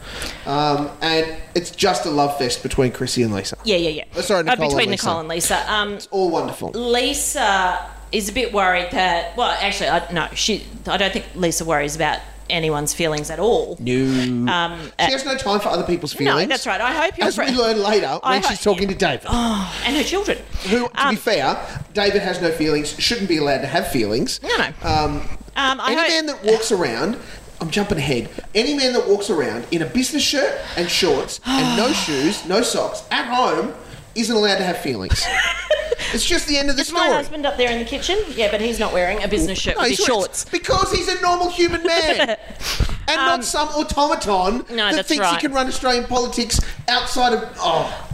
F: um, and it's just a love fest between Chrissy and Lisa.
G: Yeah, yeah, yeah.
F: Oh, sorry, Nicole
G: uh, between
F: and Lisa.
G: Nicole and Lisa. Um,
F: All wonderful.
G: Lisa is a bit worried that. Well, actually, I, no, she. I don't think Lisa worries about anyone's feelings at all.
F: No.
G: Um,
F: she has no time for other people's feelings.
G: no, that's right. I hope you're.
F: As we learn later
G: I
F: when
G: ho-
F: she's talking to David.
G: and her children.
F: Who, to
G: Um,
F: be fair, David has no feelings, shouldn't be allowed to have feelings.
G: No, no.
F: Um,
G: Um, I
F: any
G: hope-
F: man that walks around, I'm jumping ahead, any man that walks around in a business shirt and shorts and no shoes, no socks, at home, isn't allowed to have feelings. it's just the end of the
G: My
F: story.
G: husband up there in the kitchen. Yeah, but he's not wearing a business shirt
F: No,
G: with
F: he's
G: his
F: right.
G: shorts. Um,
F: Because he's a normal human man. And not some automaton
G: No,
F: that
G: that's
F: thinks he
G: right.
F: can run Australian politics outside of. Oh,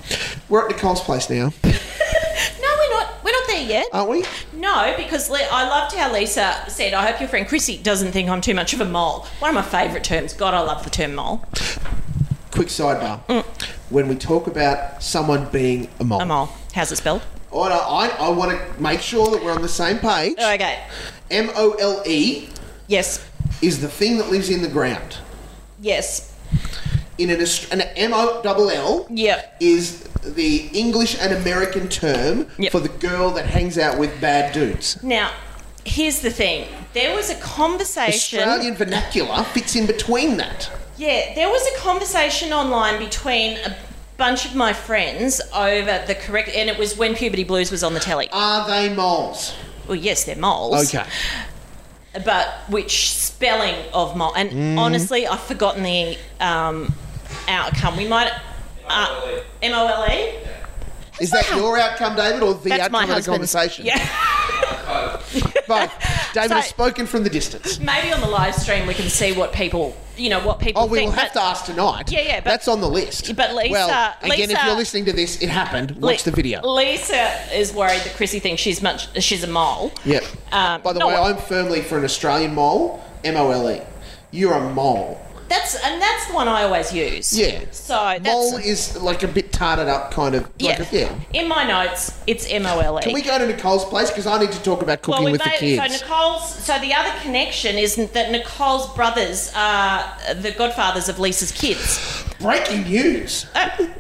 F: we're at Nicole's place now,
G: No, we're not. We're not there yet.
F: aren't we?
G: No, because Le- I loved how Lisa said, "I hope your friend Chrissy doesn't think I'm too much of a mole." One of my favourite terms. God, I love the term mole.
F: Quick sidebar. When we talk about someone being a mole,
G: Mm. A mole. How's it spelled?
F: Oh, no, I, I want to make sure that we're on the same page.
G: Okay.
F: M O L E
G: Yes.
F: is the thing that lives in the ground.
G: Yes.
F: In an, Aust- an M O double L
G: Yep.
F: is the English and American term
G: Yep.
F: for the girl that hangs out with bad dudes.
G: Now, here's the thing. There was a conversation.
F: Australian vernacular fits in between that.
G: Yeah, there was a conversation online between a bunch of my friends over the correct, and it was when Puberty Blues was on the telly.
F: Are they moles?
G: well, yes, they're moles. But which spelling of mole? And
F: Mm.
G: honestly, I've forgotten the um, outcome. We might. Uh, M O L E?
F: Is that your outcome, David, or the
G: That's
F: outcome
G: my
F: of the
G: husband's.
F: conversation?
G: Yeah.
F: Both. David has
G: So-
F: spoken from the distance.
G: Maybe on the live stream we can see what people, you know, what people
F: Oh, we
G: think.
F: will have to
G: but-
F: ask tonight.
G: Yeah, yeah, but-
F: That's on the list.
G: But Lisa-
F: Well, again, if
G: Lisa-
F: you're listening to this, it happened. Watch the video.
G: Lisa is worried that Chrissy thinks she's much she's a mole.
F: Yep.
G: Um,
F: By the
G: no,
F: way,
G: I-
F: I'm firmly for an Australian mole, M O L E. You're a mole.
G: That's and that's the one I always use.
F: Yeah.
G: So that's
F: Mole is like a bit tarted up, kind of. Yeah. Like a, yeah.
G: In my notes, it's M O L E.
F: Can we go to Nicole's place? Because I need to talk about cooking
G: well, we
F: with
G: made,
F: the kids.
G: So Nicole's. So the other connection is that Nicole's brothers are the godfathers of Lisa's kids. Uh,
F: Breaking news.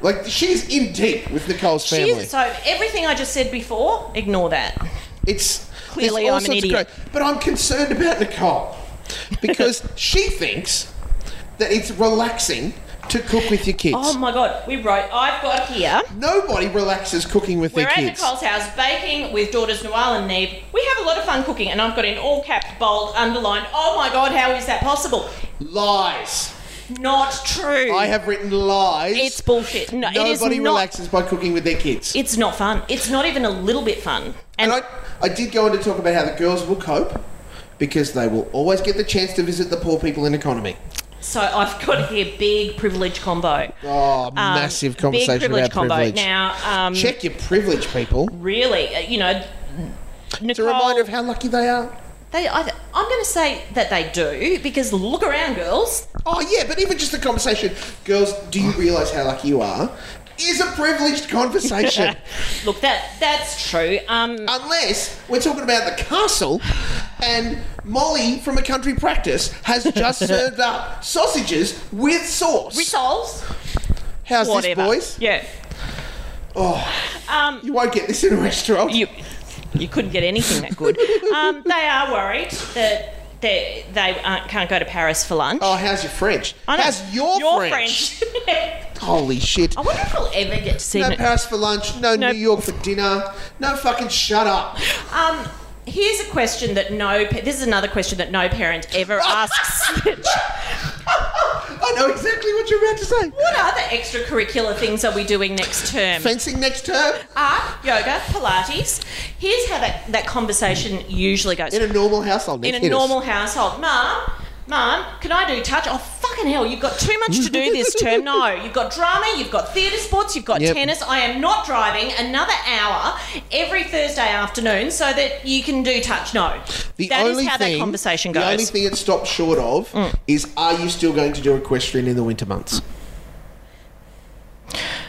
F: like, she's in deep with Nicole's
G: She
F: family.
G: is- so everything I just said before, ignore that.
F: It's
G: Clearly
F: there's all
G: I'm an
F: sorts of
G: idiot.
F: great- but I'm concerned about Nicole because she thinks that it's relaxing to cook with your kids.
G: Oh my god, we wrote. I've got here.
F: Nobody relaxes cooking with
G: We're
F: their
G: at
F: kids.
G: Nicole's house baking with daughters Noelle and Neve. We have a lot of fun cooking, and I've got in all caps, bold, underlined. Oh my god, how is that possible?
F: Lies.
G: Not true.
F: I have written lies.
G: It's bullshit. No, it is
F: Nobody
G: not-
F: relaxes by cooking with their kids.
G: It's not fun. It's not even a little bit fun.
F: and I, I did go on to talk about how the girls will cope because they will always get the chance to visit the poor people in economy.
G: So I've got here big privilege combo.
F: Oh,
G: Um,
F: massive conversation
G: big privilege
F: about
G: combo.
F: privilege.
G: Now, um,
F: Check your privilege, people.
G: really, uh, you know, Nicole,
F: It's a reminder of how lucky they are.
G: they, I, I'm going to say that they do because look around, girls.
F: Oh yeah, but even just the conversation, girls, do you realise how lucky you are? Is a privileged conversation.
G: Look, that that's true. Um,
F: Unless we're talking about the castle and Molly from a country practice has just served up sausages with sauce.
G: results,
F: How's
G: whatever.
F: this, boys?
G: Yeah.
F: You won't get this in a restaurant.
G: you you couldn't get anything that good. um, they are worried that they they aren't, can't go to Paris for lunch.
F: Oh, how's your French?
G: I know.
F: How's your,
G: Your
F: French?
G: French.
F: Holy shit.
G: I wonder if we'll ever get to see
F: No
G: Nic-
F: Paris for lunch, no,
G: No.
F: New York for dinner, no fucking shut up.
G: Um, here's a question that no. pa- This is another question that no parent ever asks.
F: I know exactly what you're about to say.
G: what other extracurricular things are we doing next term?
F: Fencing next term?
G: Art, yoga, Pilates. Here's how that, that conversation usually goes.
F: In a normal household. Nick,
G: in a
F: hit us.
G: normal household. Mum, mum, can I do touch? Oh, fucking hell, you've got too much to do this term. No, you've got drama, you've got theatre sports, you've got
F: Yep.
G: tennis. I am not driving another hour every Thursday afternoon so that you can do touch. No. that
F: The
G: is
F: only
G: how
F: thing,
G: that conversation
F: The only
G: goes. Mm.
F: thing it stops short of is are you still going to do equestrian in the winter months?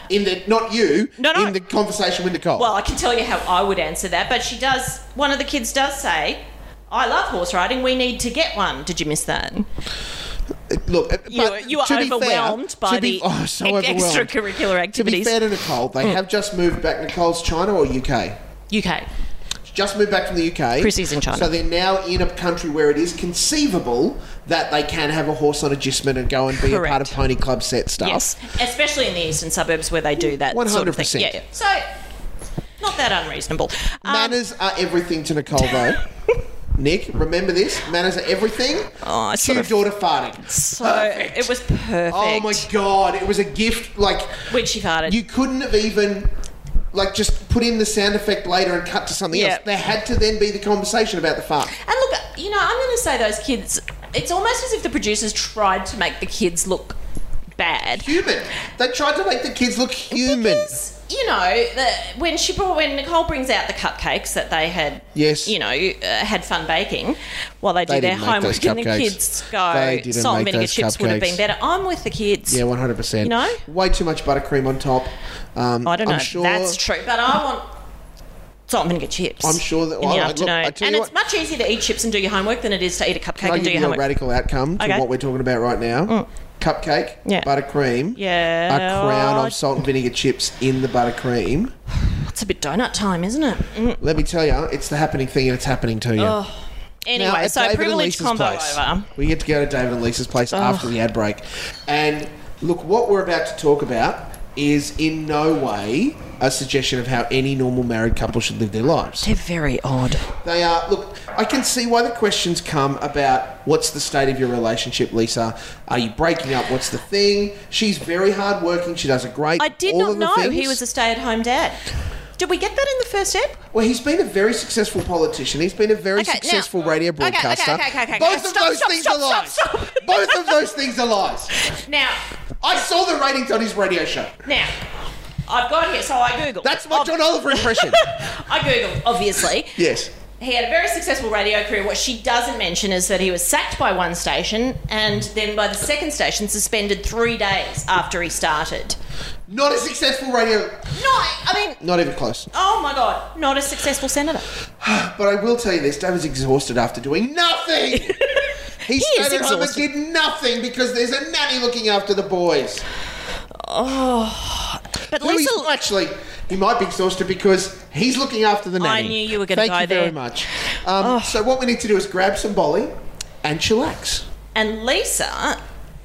F: In the not you,
G: No, no.
F: in the conversation with Nicole.
G: well, I can tell you how I would answer that, but she does, one of the kids does say, I love horse riding. We need to get one. Did you miss that?
F: Look, uh,
G: You,
F: but
G: you are
F: to be fair-
G: overwhelmed by
F: to be-
G: the
F: oh, so
G: e-
F: overwhelmed.
G: extracurricular
F: To be
G: activities. Hmm.
F: fair to Nicole, they have just moved back. Nicole's China or UK?
G: UK.
F: just moved back from the UK.
G: Chrissy's in China.
F: So they're now in a country where it is conceivable that they can have a horse on adjustment and go and be a part of
G: Correct.
F: pony club set stuff.
G: Yes, especially in the eastern suburbs where they do that. Sort of thing.
F: 100%.
G: Yeah, yeah. So, not that unreasonable. Um,
F: Manners are everything to Nicole, though. Nick, remember this? Manners are everything.
G: Oh, I
F: Cue
G: sort of-
F: daughter farting.
G: so it was perfect.
F: Oh my god, it was a gift. Like
G: When she farted.
F: you couldn't have even like just put in the sound effect later and cut to something
G: Yeah.
F: else. There had to then be the conversation about the fart.
G: and look, you know, I'm going to say those kids. It's almost as if the producers tried to make the kids look bad.
F: Human. They tried to make the kids look human.
G: Because you know the, when she brought when Nicole brings out the cupcakes that they had,
F: Yes.
G: you know, uh, had fun baking while they do
F: They
G: their
F: didn't make
G: homework,
F: those
G: and the
F: cupcakes. They
G: kids go
F: didn't
G: salt
F: make
G: and vinegar
F: those
G: chips would have been
F: cupcakes.
G: better. I'm with the kids.
F: Yeah, one hundred percent.
G: You know?
F: way too much buttercream on top. Um,
G: I don't know.
F: I'm
G: if
F: sure
G: That's true, but I want salt and vinegar chips.
F: I'm sure that-
G: in
F: well,
G: the
F: I- look,
G: afternoon,
F: I tell
G: and
F: you
G: it's
F: what-
G: much easier to eat chips and do your homework than it is to eat a cupcake
F: Can I
G: and do
F: give you
G: your
F: a
G: homework.
F: radical outcome to
G: Okay. Mm.
F: what we're talking about right now? Cupcake,
G: Yeah.
F: buttercream,
G: Yeah. Oh,
F: a crown of salt and vinegar chips in the buttercream.
G: It's a bit donut time, isn't it? Mm.
F: Let me tell you, it's the happening thing, and it's happening to you.
G: Anyway,
F: at
G: so
F: David and
G: privilege
F: Lisa's
G: combo
F: place.
G: over.
F: We get to go to David and Lisa's place after the ad break. And look, what we're about to talk about is in no way a suggestion of how any normal married couple should live their lives.
G: They're very odd.
F: They are. Look, I can see why the questions come about what's the state of your relationship, Lisa? Are you breaking up? What's the thing? She's very hardworking. She does a great.
G: I did
F: all
G: not
F: of the
G: know
F: things.
G: he was a stay-at-home dad. Did we get that in the first ep?
F: Well, he's been a very successful politician. He's been a very
G: Okay, now- uh,
F: successful radio
G: Okay, okay,
F: broadcaster.
G: okay, okay, okay.
F: Both of
G: Stop,
F: those
G: stop,
F: things
G: stop,
F: are lies.
G: stop, stop.
F: Both of those things are lies.
G: Now,
F: I saw the ratings on his radio show.
G: now, I've got here. So I googled.
F: That's my John Oliver impression.
G: I googled, obviously.
F: yes.
G: He had a very successful radio career. What she doesn't mention is that he was sacked by one station and then by the second station suspended three days after he started.
F: Not a successful radio.
G: No, I mean,
F: Not even close.
G: oh my God, not a successful senator.
F: But I will tell you this: Dave was exhausted after doing nothing. He, stayed at home and
G: exhausted.
F: did nothing because there's a nanny looking after the boys.
G: But
F: Who
G: Lisa,
F: he's- actually, he might be exhausted because he's looking after the nanny.
G: knew you were gonna
F: Thank
G: go
F: you very
G: there. Oh.
F: much. Um, So what we need to do is grab some bolly and chillax.
G: And Lisa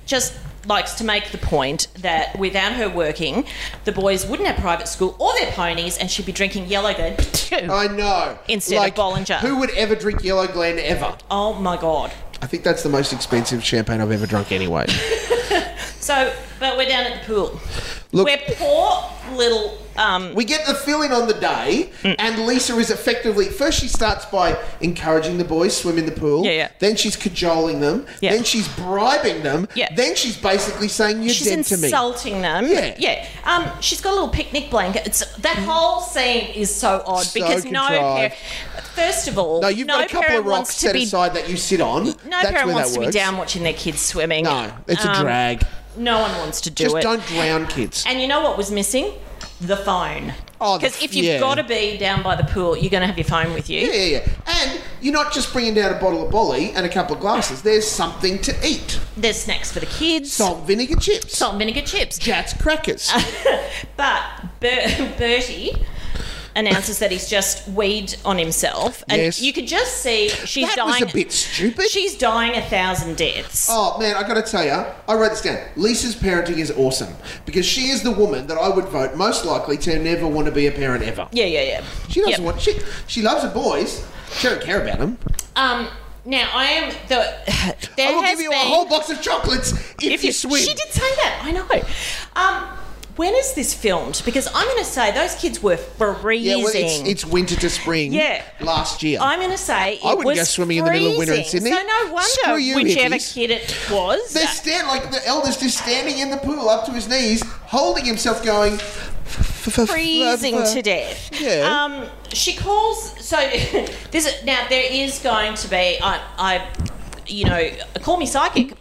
G: just likes to make the point that without her working, the boys wouldn't have private school or their ponies, and she'd be drinking Yellow Glen.
F: I know.
G: Instead of Bollinger.
F: Who would ever drink Yellow Glen ever?
G: Oh my god.
F: I think that's the most expensive champagne I've ever drunk anyway.
G: So, but we're down at the pool.
F: Look-
G: we're poor little. Um,
F: we get the fill in on the day,
G: Mm.
F: and Lisa is effectively. First, she starts by encouraging the boys swim in the pool.
G: Yeah, yeah.
F: Then she's cajoling them.
G: Yeah.
F: Then she's bribing them.
G: Yeah.
F: Then she's basically saying, You're
G: she's
F: dead to me.
G: insulting them.
F: Yeah. Mm.
G: yeah. Um, she's got a little picnic blanket. It's, that whole scene is so odd
F: So
G: because no
F: contrived.
G: parent. First of all,
F: No, you've got a couple
G: parent
F: of rocks
G: wants to
F: set
G: be.
F: aside that you sit on.
G: No
F: That's
G: parent
F: where
G: wants
F: that
G: to be
F: works.
G: down watching their kids swimming.
F: No, it's a
G: Um,
F: drag.
G: No one wants to do
F: Just
G: it.
F: don't drown kids.
G: And you know what was missing? The phone.
F: Oh, the-
G: because if you've
F: yeah.
G: got to be down by the pool, you're going to have your phone with you.
F: Yeah, yeah, yeah. And you're not just bringing down a bottle of bolly and a couple of glasses. There's something to eat.
G: There's snacks for the kids.
F: Salt and vinegar chips.
G: Salt and vinegar chips.
F: Jats crackers.
G: But Ber- Bertie announces that he's just weed on himself, and
F: Yes.
G: you could just see she's
F: that
G: dying.
F: was a bit stupid.
G: She's dying a thousand deaths.
F: Oh man, I gotta tell you, I wrote this down. Lisa's parenting is awesome because she is the woman that I would vote most likely to never want to be a parent ever.
G: Yeah, yeah, yeah.
F: She doesn't
G: Yep.
F: want. She she loves her boys. She don't care about them.
G: Um. Now I am the. There
F: I will
G: has
F: give you
G: been,
F: a whole box of chocolates if,
G: If
F: you,
G: you-
F: swim.
G: She did say that. I know. Um, when is this filmed? Because I'm going to say those kids were freezing.
F: Yeah, well, it's, it's winter to spring.
G: Yeah.
F: last year.
G: I'm going to say it
F: I wouldn't
G: was
F: go swimming in the middle of winter in
G: freezing.
F: Sydney.
G: So no wonder
F: Screw you,
G: whichever
F: hippies.
G: kid it was.
F: They're stand like the eldest is standing in the pool up to his knees, holding himself, going
G: freezing to death.
F: uh, Yeah.
G: Um, she calls. So this now there is going to be. I, I you know, call me psychic,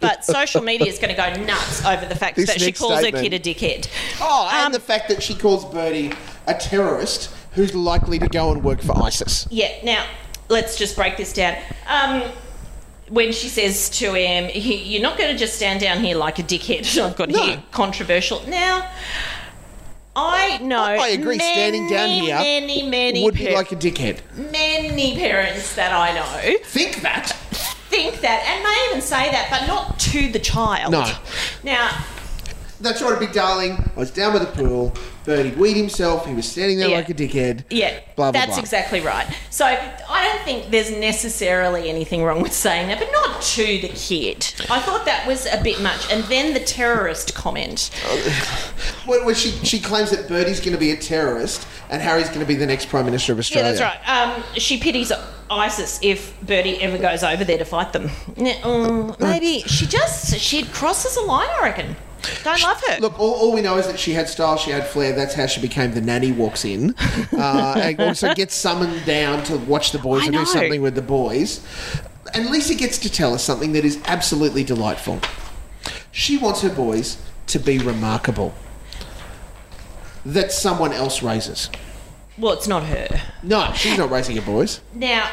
G: but social media is going to go nuts over the fact
F: This
G: that she
F: next
G: calls her kid
F: statement.
G: a dickhead.
F: Oh, and
G: Um,
F: the fact that she calls Birdie a terrorist who's likely to go and work for ISIS.
G: Yeah. Now let's just break this down. Um, when she says to him, "He- "You're not going to just stand down here like a dickhead," I've got
F: No.
G: here controversial. Now, I know.
F: I agree, standing down
G: many,
F: here
G: many, many,
F: Would be
G: par-
F: like a dickhead.
G: many parents that I know
F: Think that.
G: think that and may even say that, but not to the child.
F: No.
G: Now,
F: That's right, big darling. I was down by the pool. Birdie weed himself. He was standing there
G: Yeah.
F: like a dickhead.
G: yeah,
F: Blah blah
G: that's
F: blah.
G: exactly right. So I don't think there's necessarily anything wrong with saying that, but not to the kid. I thought that was a bit much. And then the terrorist comment.
F: When, when she she claims that Birdie's going to be a terrorist and Harry's going to be the next prime minister of
G: Yeah,
F: Australia.
G: that's right. Um, she pities ISIS if Bertie ever goes over there to fight them. N- uh, Maybe she just she crosses a line. I reckon. Don't love her.
F: Look, all, all we know is that she had style, she had flair. That's how she became the nanny. Walks in, uh, and also gets summoned down to watch the boys
G: I
F: and do
G: know.
F: something with the boys. And Lisa gets to tell us something that is absolutely delightful. She wants her boys to be remarkable. That someone else raises.
G: well, it's not her.
F: No, she's not raising her boys.
G: Now,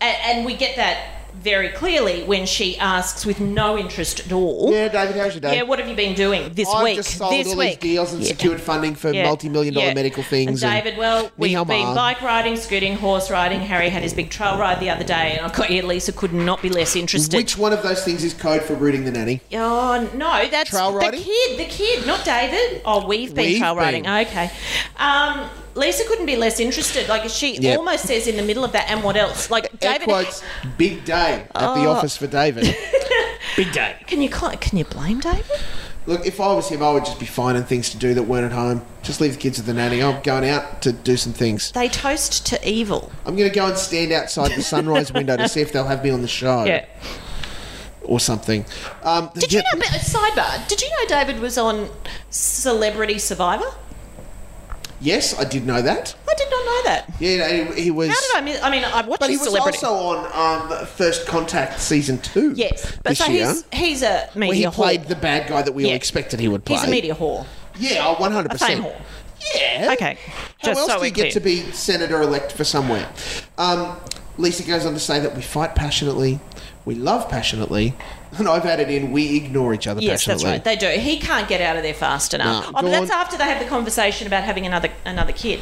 G: a- and we get that very clearly when she asks with no interest at all.
F: Yeah, David, how's your day?
G: "Yeah, what have you been doing this
F: I've
G: week?
F: just sold
G: this
F: all
G: week,
F: these deals and secured funding for
G: Yeah.
F: multi-million dollar
G: Yeah.
F: medical things.
G: And David, well, we've
F: Nihama.
G: been bike riding, scooting, horse riding. Harry had his big trail ride the other day, and I've got you. Lisa could not be less interested.
F: Which one of those things is code for rooting the nanny?
G: Oh no, that's
F: Trail
G: the
F: riding?
G: kid, the kid, not David. Oh, we've been
F: We've
G: trail
F: been.
G: riding. Okay. Um, Lisa couldn't be less interested. Like she
F: Yep.
G: almost says in the middle of that, and what else? Like
F: Air
G: David, Oh.
F: quotes, big day at the office for David. big day.
G: can you call, can you blame David?
F: Look, if I was him, I would just be finding things to do that weren't at home. Just leave the kids with the nanny. I'm going out to do some things.
G: They toast to evil.
F: I'm going to go and stand outside the sunrise window to see if they'll have me on the show.
G: Yeah.
F: Or something. Um,
G: Did you know? but- uh, Sidebar. Did you know David was on Celebrity Survivor?
F: Yes, I did know that.
G: I I did not know that.
F: Yeah, he, he was.
G: How did I miss? I mean, I watched
F: But he was
G: Celebrity.
F: also on um, First Contact season two.
G: yes, but
F: this
G: so
F: year,
G: he's he's a media
F: where he
G: whore.
F: played the bad guy that we all
G: Yeah.
F: expected he would play.
G: He's a media whore.
F: Yeah, one hundred
G: A
F: percent.
G: fame whore.
F: Yeah.
G: Okay,
F: How
G: just
F: else
G: so
F: do
G: we're
F: you get
G: clear.
F: to be senator elect for somewhere? Um, Lisa goes on to say that we fight passionately, we love passionately, and I've added in we ignore each other
G: Yes, that's
F: passionately.
G: right. They do. He can't get out of there fast enough.
F: No.
G: oh,
F: Go
G: but that's
F: on.
G: after they have the conversation about having another another kid.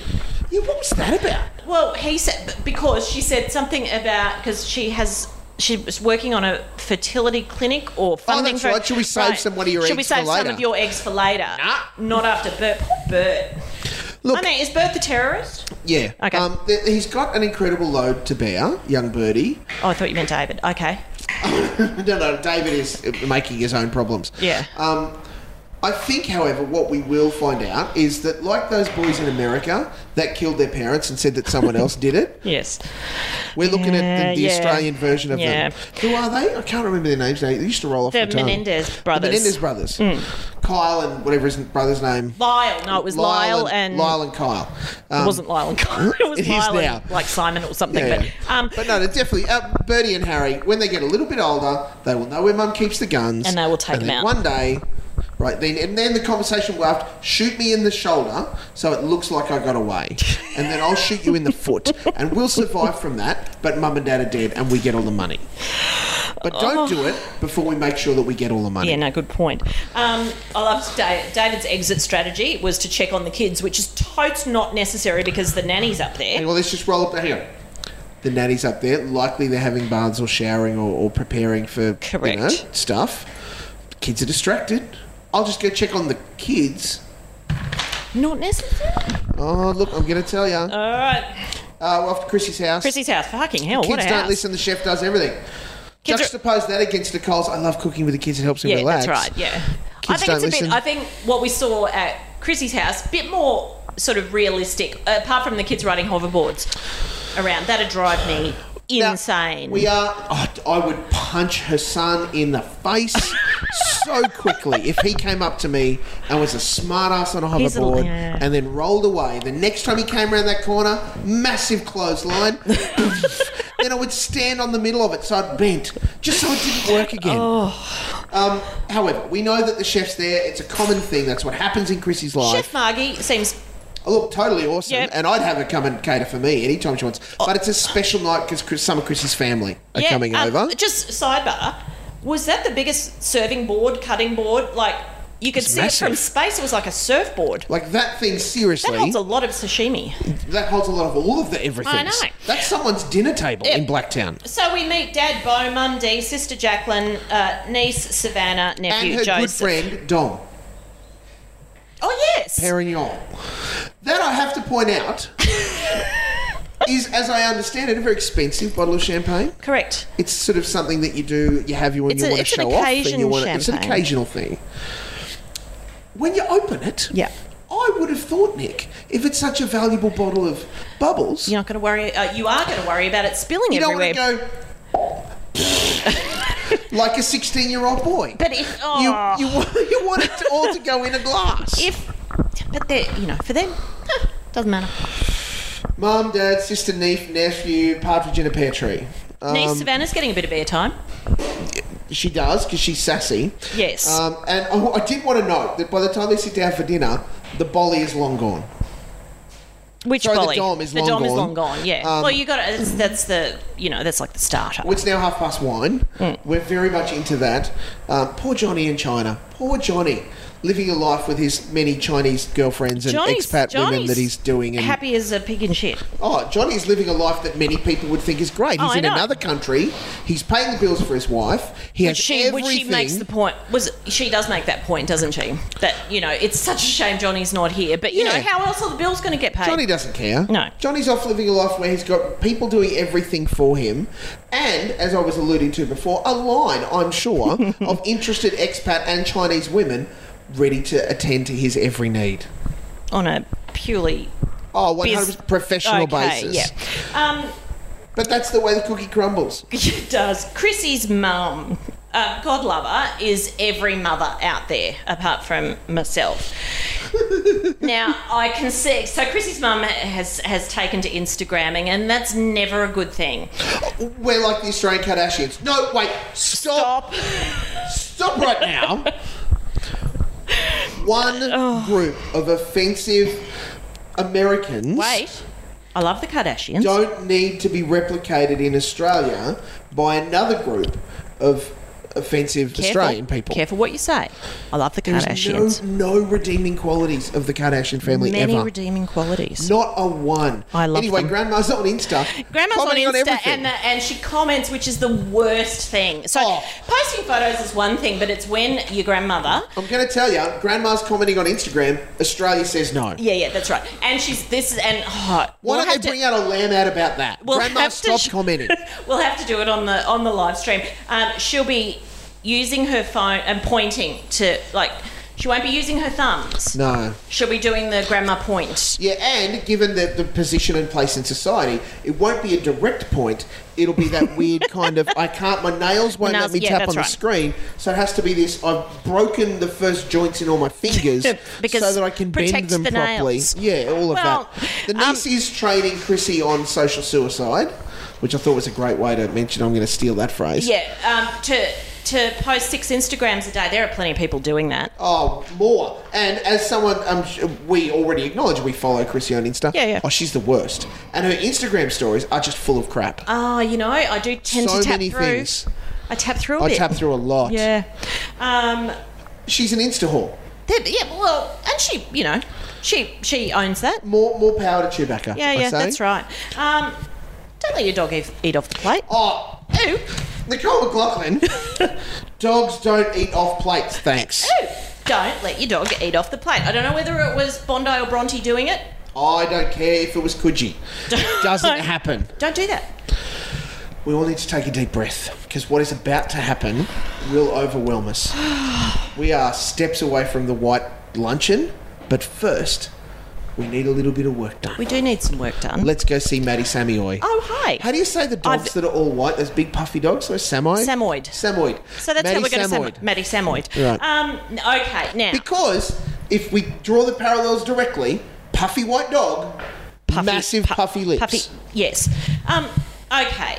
F: yeah, what was that about?
G: Well, he said because she said something about because she has she was working on a fertility clinic or funding.
F: Oh, that's
G: for-
F: right. Should we save some one of your
G: Should
F: eggs
G: we save
F: for later?
G: some of your eggs for later?
F: Nah.
G: Not after Bert. Poor Bert.
F: Look-
G: I mean, is Bert the terrorist?
F: Yeah.
G: Okay.
F: Um, th- he's got an incredible load to bear, young birdie.
G: Oh, I thought you meant David. Okay.
F: no, no, David is uh, making his own problems.
G: Yeah.
F: Um, I think, however, what we will find out is that, like those boys in America that killed their parents and said that someone else did it,
G: Yes.
F: we're looking at the, the
G: Yeah, yeah.
F: Australian version of them. Who are they? I can't remember their names now. They used to roll off
G: The
F: my tongue.
G: Menendez brothers.
F: The Menendez brothers. Kyle and whatever his brother's name.
G: Lyle. No, Oh, it was Lyle, and.
F: Lyle and Kyle. Um,
G: It wasn't Lyle and Kyle. It was
F: It is
G: Lyle and,
F: now.
G: like Simon or something.
F: Yeah,
G: But
F: yeah.
G: um,
F: but no, they're definitely uh, Bertie and Harry. When they get a little bit older, they will know where Mum keeps the guns,
G: And they will take
F: and
G: them
F: then
G: out.
F: one day. Right then, and then the conversation will have shoot me in the shoulder so it looks like I got away, and then I'll shoot you in the foot, and we'll survive from that. But Mum and Dad are dead, and we get all the money. But don't do it before we make sure that we get all the money.
G: Oh. Yeah, no, good point. Um, I loved Da- David's exit strategy was to check on the kids, which is totes not necessary because the nanny's up
F: Hang
G: there.
F: on, let's just roll up. Hang on. The nanny's up there. Likely they're having baths or showering or, or preparing for
G: Correct.
F: You know, stuff. Kids are distracted. I'll just go check on the kids.
G: Not necessary.
F: Oh, look, I'm going to tell you. Uh,
G: All right,
F: we're off to Chrissy's house.
G: Chrissy's house. Fucking hell, what
F: kids
G: a
F: don't
G: house.
F: listen. The chef does everything.
G: Kids are-
F: Juxtapose that against Nicole's. I love cooking with the kids. It helps me
G: yeah,
F: relax.
G: that's right. Yeah, I
F: Kids
G: think
F: don't
G: it's a
F: listen.
G: bit. I think what we saw at Chrissy's house, bit more sort of realistic, apart from the kids riding hoverboards around. That'd drive me
F: Now,
G: insane.
F: we are. oh, I would punch her son in the face so quickly if he came up to me and was a smart ass on a
G: He's a-
F: hoverboard
G: yeah.
F: and then rolled away. The next time he came around that corner, massive clothesline. then I would stand on the middle of it so I'd bent, just so it didn't work again.
G: Oh.
F: Um, however, we know that the chef's there. It's a common thing. That's what happens in Chrissy's life.
G: Chef Margie seems
F: I Oh, look totally awesome,
G: Yep. Oh.
F: and I'd have her come and cater for me anytime she wants. But it's a special night because Chris, some of Chris's family are coming
G: um,
F: over.
G: Just sidebar, was that the biggest serving board, cutting board? Like you could see
F: massive.
G: it from space. It was like a surfboard.
F: Like that thing,
G: That
F: seriously,
G: holds a lot of sashimi.
F: lot of all of the everything.
G: I know.
F: That's someone's dinner table in Blacktown.
G: So we meet Dad, Bo, Mum, D, Sister Jacqueline, uh, niece Savannah,
F: And
G: nephew
F: her
G: Joseph.
F: good friend, Dom
G: Oh yes,
F: Perignon. That I have to point out is, as I understand it, a very expensive bottle of champagne.
G: correct.
F: It's sort of something that you do, you have you when
G: It's
F: you
G: a-
F: want to
G: it's an
F: show off. and
G: occasion
F: you wanna- It's an
G: champagne.
F: occasional thing. When you open it,
G: Yeah.
F: I would have thought, Nick, if it's such a valuable bottle of bubbles,
G: You're not going to worry. Uh, you are going to worry about it spilling
F: you don't
G: everywhere.
F: want to go like a 16 year old boy.
G: but if
F: you,
G: oh,
F: you, want, you want it to all to go in a glass.
G: if but they you know for them huh, doesn't matter.
F: Mum, dad, sister, nief, nephew, partridge in a pear tree. Um,
G: niece Savannah's getting a bit of airtime.
F: She does because she's sassy.
G: Yes.
F: Um, and oh, I did want to note that by the time they sit down for dinner, the bolly is long gone.
G: Which
F: Sorry, the
G: volley?
F: dom is long
G: dom
F: gone.
G: long gone. Yeah.
F: Um,
G: well, you got to That's the you know that's like the starter.
F: It's now half past one.
G: Hmm.
F: We're very much into that. Um, poor Johnny in China. Poor Johnny, living a life with his many Chinese girlfriends and expat women that he's doing. And,
G: happy as a pig in shit.
F: Oh, Johnny's living a life that many people would think is great.
G: Oh,
F: He's
G: I
F: in
G: know.
F: another country. He's paying the bills for his wife. He has
G: She
F: everything.
G: which she makes the point was she does make that point, doesn't she? That you know it's such a shame Johnny's not here, but you
F: Yeah.
G: know how else are the bills going to get paid?
F: Johnny doesn't care.
G: No.
F: Johnny's off living a life where he's got people doing everything for him. And, as I was alluding to before, a line, I'm sure, of interested expat and Chinese women ready to attend to his every need.
G: on a purely
F: Oh, 100%
G: biz-
F: professional
G: okay,
F: basis.
G: Yeah. Um,
F: But that's the way the cookie crumbles.
G: It does. Chrissy's mum, uh, God lover, is every mother out there, apart from myself. Now I can see. So Chrissy's mum has has taken to Instagramming, and that's never a good thing.
F: We're like the Australian Kardashians. No, wait, stop. Stop, right now. One
G: Oh.
F: group of offensive Americans
G: Wait, I love the Kardashians.
F: don't need to be replicated in Australia by another group of offensive Australian people.
G: Careful what you say. I love the
F: There's no,
G: Kardashians.
F: no redeeming qualities of the Kardashian family
G: Many
F: ever.
G: redeeming qualities.
F: Not a one.
G: I love
F: Anyway,
G: them.
F: Grandma's on Insta.
G: Grandma's on
F: commenting
G: Insta
F: everything.
G: and, uh, the, and she comments, which is the worst thing. So
F: Oh.
G: posting photos is one thing, but it's when your grandmother.
F: I'm going to tell you, Grandma's commenting on Instagram. Australia says no.
G: Yeah, yeah, that's right. And she's this is and oh,
F: Why
G: we'll
F: don't they
G: have to-
F: bring out a lamb ad about that?
G: we'll
F: Grandma,
G: have to
F: stop
G: sh-
F: commenting.
G: we'll have to do it on the on the live stream. Um, she'll be using her phone and pointing to like she won't be using her thumbs.
F: No.
G: She'll be doing the grandma point.
F: Yeah, and given the, the position and place in society, it won't be a direct point. It'll be that weird kind of I can't. My nails won't let
G: Nails-
F: me
G: yeah,
F: tap
G: that's
F: on the
G: right.
F: screen, so it has to be this. I've broken the first joints in all my fingers
G: Because
F: so that I can bend
G: protect
F: them
G: the
F: properly.
G: nails.
F: Yeah, all of
G: Well,
F: that. The
G: um,
F: niece is training Chrissy on social suicide, which I thought was a great way to mention. I'm going to steal that phrase.
G: Yeah, um, to to post six Instagrams a day. There are plenty of people doing that.
F: Oh, more. And as someone um, sh- we already acknowledge, we follow Chrissy on Insta.
G: Yeah, yeah.
F: Oh, she's the worst. And her Instagram stories are just full of crap.
G: Oh, you know, I do tend
F: So
G: to tap
F: many
G: through.
F: things.
G: I tap through a
F: I
G: bit.
F: tap through a lot.
G: Yeah. Um,
F: She's an Insta whore.
G: that- yeah. Well, and she, you know, she she owns that.
F: More, more power to Chewbacca.
G: Yeah,
F: I
G: yeah,
F: say.
G: that's right. Um, don't let your dog eat, eat off the plate.
F: Oh, ew. Nicole McLaughlin. Dogs don't eat off plates, thanks.
G: No, don't let your dog eat off the plate. I don't know whether it was Bondi or Bronte doing it.
F: I don't care if it was Coogee. Doesn't happen.
G: Don't do that.
F: We all need to take a deep breath because what is about to happen will overwhelm us. we are steps away from the white luncheon, but first, we need a little bit of work done.
G: We do need some work done.
F: Let's go see Maddie Samioy.
G: oh, hi.
F: How do you say the dogs
G: I've-
F: that are all white? Those big puffy dogs? Those Samoy?
G: Samoyed.
F: Samoyed.
G: so that's how
F: Maddie
G: we're going to
F: Samoyed.
G: say Maddie Samoyed.
F: Right.
G: Um, okay, now.
F: Because if we draw the parallels directly, puffy white dog,
G: puffy-
F: massive
G: pu-
F: puffy lips.
G: Puffy, yes. Um, okay.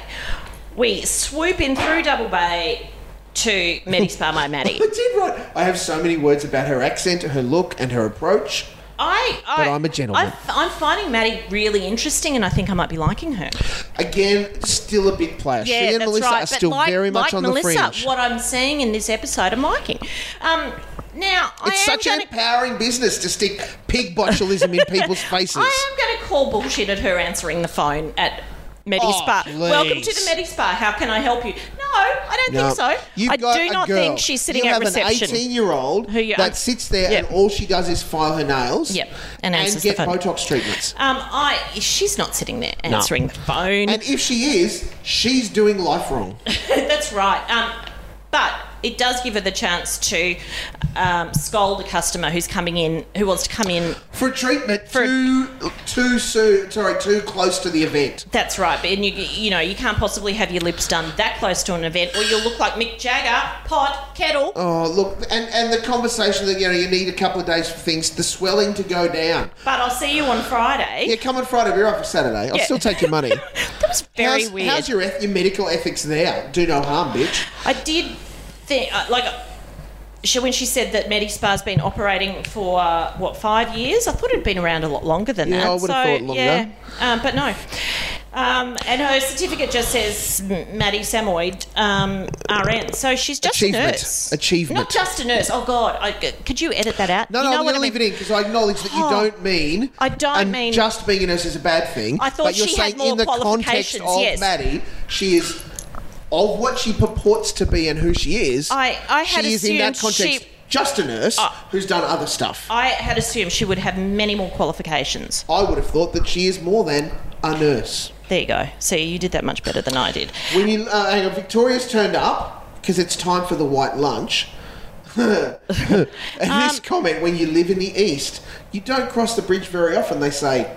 G: We swoop in through Double Bay to Medi Spa My Maddie.
F: I did right. I have so many words about her accent, her look, and her approach.
G: I, I,
F: But I'm a gentleman.
G: I, I'm finding Maddie really interesting, and I think I might be liking her.
F: Again, still a big player. she and Melissa are still
G: like,
F: very much
G: like
F: on
G: Melissa,
F: the fringe.
G: what I'm seeing in this episode, I'm liking. Um, now, I am
F: it's such an
G: gonna,
F: empowering business to stick pig botulism in people's faces.
G: I am going to call bullshit at her answering the phone at Medi
F: Oh,
G: Spa. Welcome to
F: please.
G: the Medi Spa. How can I help you? No, I don't think so.
F: You've
G: I
F: got
G: do
F: a
G: not
F: girl.
G: think she's sitting
F: you
G: at
F: have
G: reception.
F: an 18-year-old
G: Who you-
F: that sits there
G: Yep.
F: and all she does is file her nails
G: Yep, and answers the
F: get
G: phone.
F: Botox treatments.
G: Um, I she's not sitting there answering the phone.
F: And if she is, she's doing life wrong.
G: That's right. Um, but it does give her the chance to um, scold a customer who's coming in, who wants to come in.
F: For treatment too too soon sorry, too close to the event.
G: That's right. But and you, you know, you can't possibly have your lips done that close to an event, or you'll look like Mick Jagger, pot, kettle.
F: Oh look and, and the conversation that you know you need a couple of days for things, the swelling to go down.
G: But I'll see you on Friday.
F: Yeah, come on Friday. We're off for Saturday. I'll
G: Yeah.
F: still take your money.
G: That was very
F: how's,
G: weird.
F: How's your eth- your medical ethics there? Do no harm, bitch.
G: I did think, uh, like, uh, she, when she said that MediSpa's been operating for, uh, what, five years? I thought it'd been around a lot longer than
F: Yeah,
G: that.
F: I would've
G: so,
F: thought longer.
G: Yeah, um, but no. Um, and her certificate just says M- Maddie Samoyd, um, RN. So she's just a
F: Achievement.
G: nurse.
F: Achievement.
G: Not just a nurse. Oh, God. I, could you edit that out?
F: No,
G: you
F: no,
G: know
F: I'm
G: what
F: going to
G: I
F: leave
G: mean?
F: it in because I acknowledge that you
G: Oh,
F: don't mean.
G: I don't
F: and
G: mean-
F: Just being a nurse is a bad thing.
G: I thought
F: but you're
G: she had
F: saying
G: more
F: in the context
G: qualifications,
F: of
G: yes.
F: Maddie, she is of what she purports to be and who she is.
G: I- I had
F: she is in that
G: assumed
F: context
G: she- Oh.
F: just a nurse who's done other stuff. I,
G: I had assumed she would have many more qualifications.
F: would have thought that she is more than a nurse.
G: There you go. See, you did that much better than I did.
F: When you uh, hang on, Victoria's turned up because it's time for the white lunch. and
G: Um,
F: this comment: When you live in the east, you don't cross the bridge very often. They say,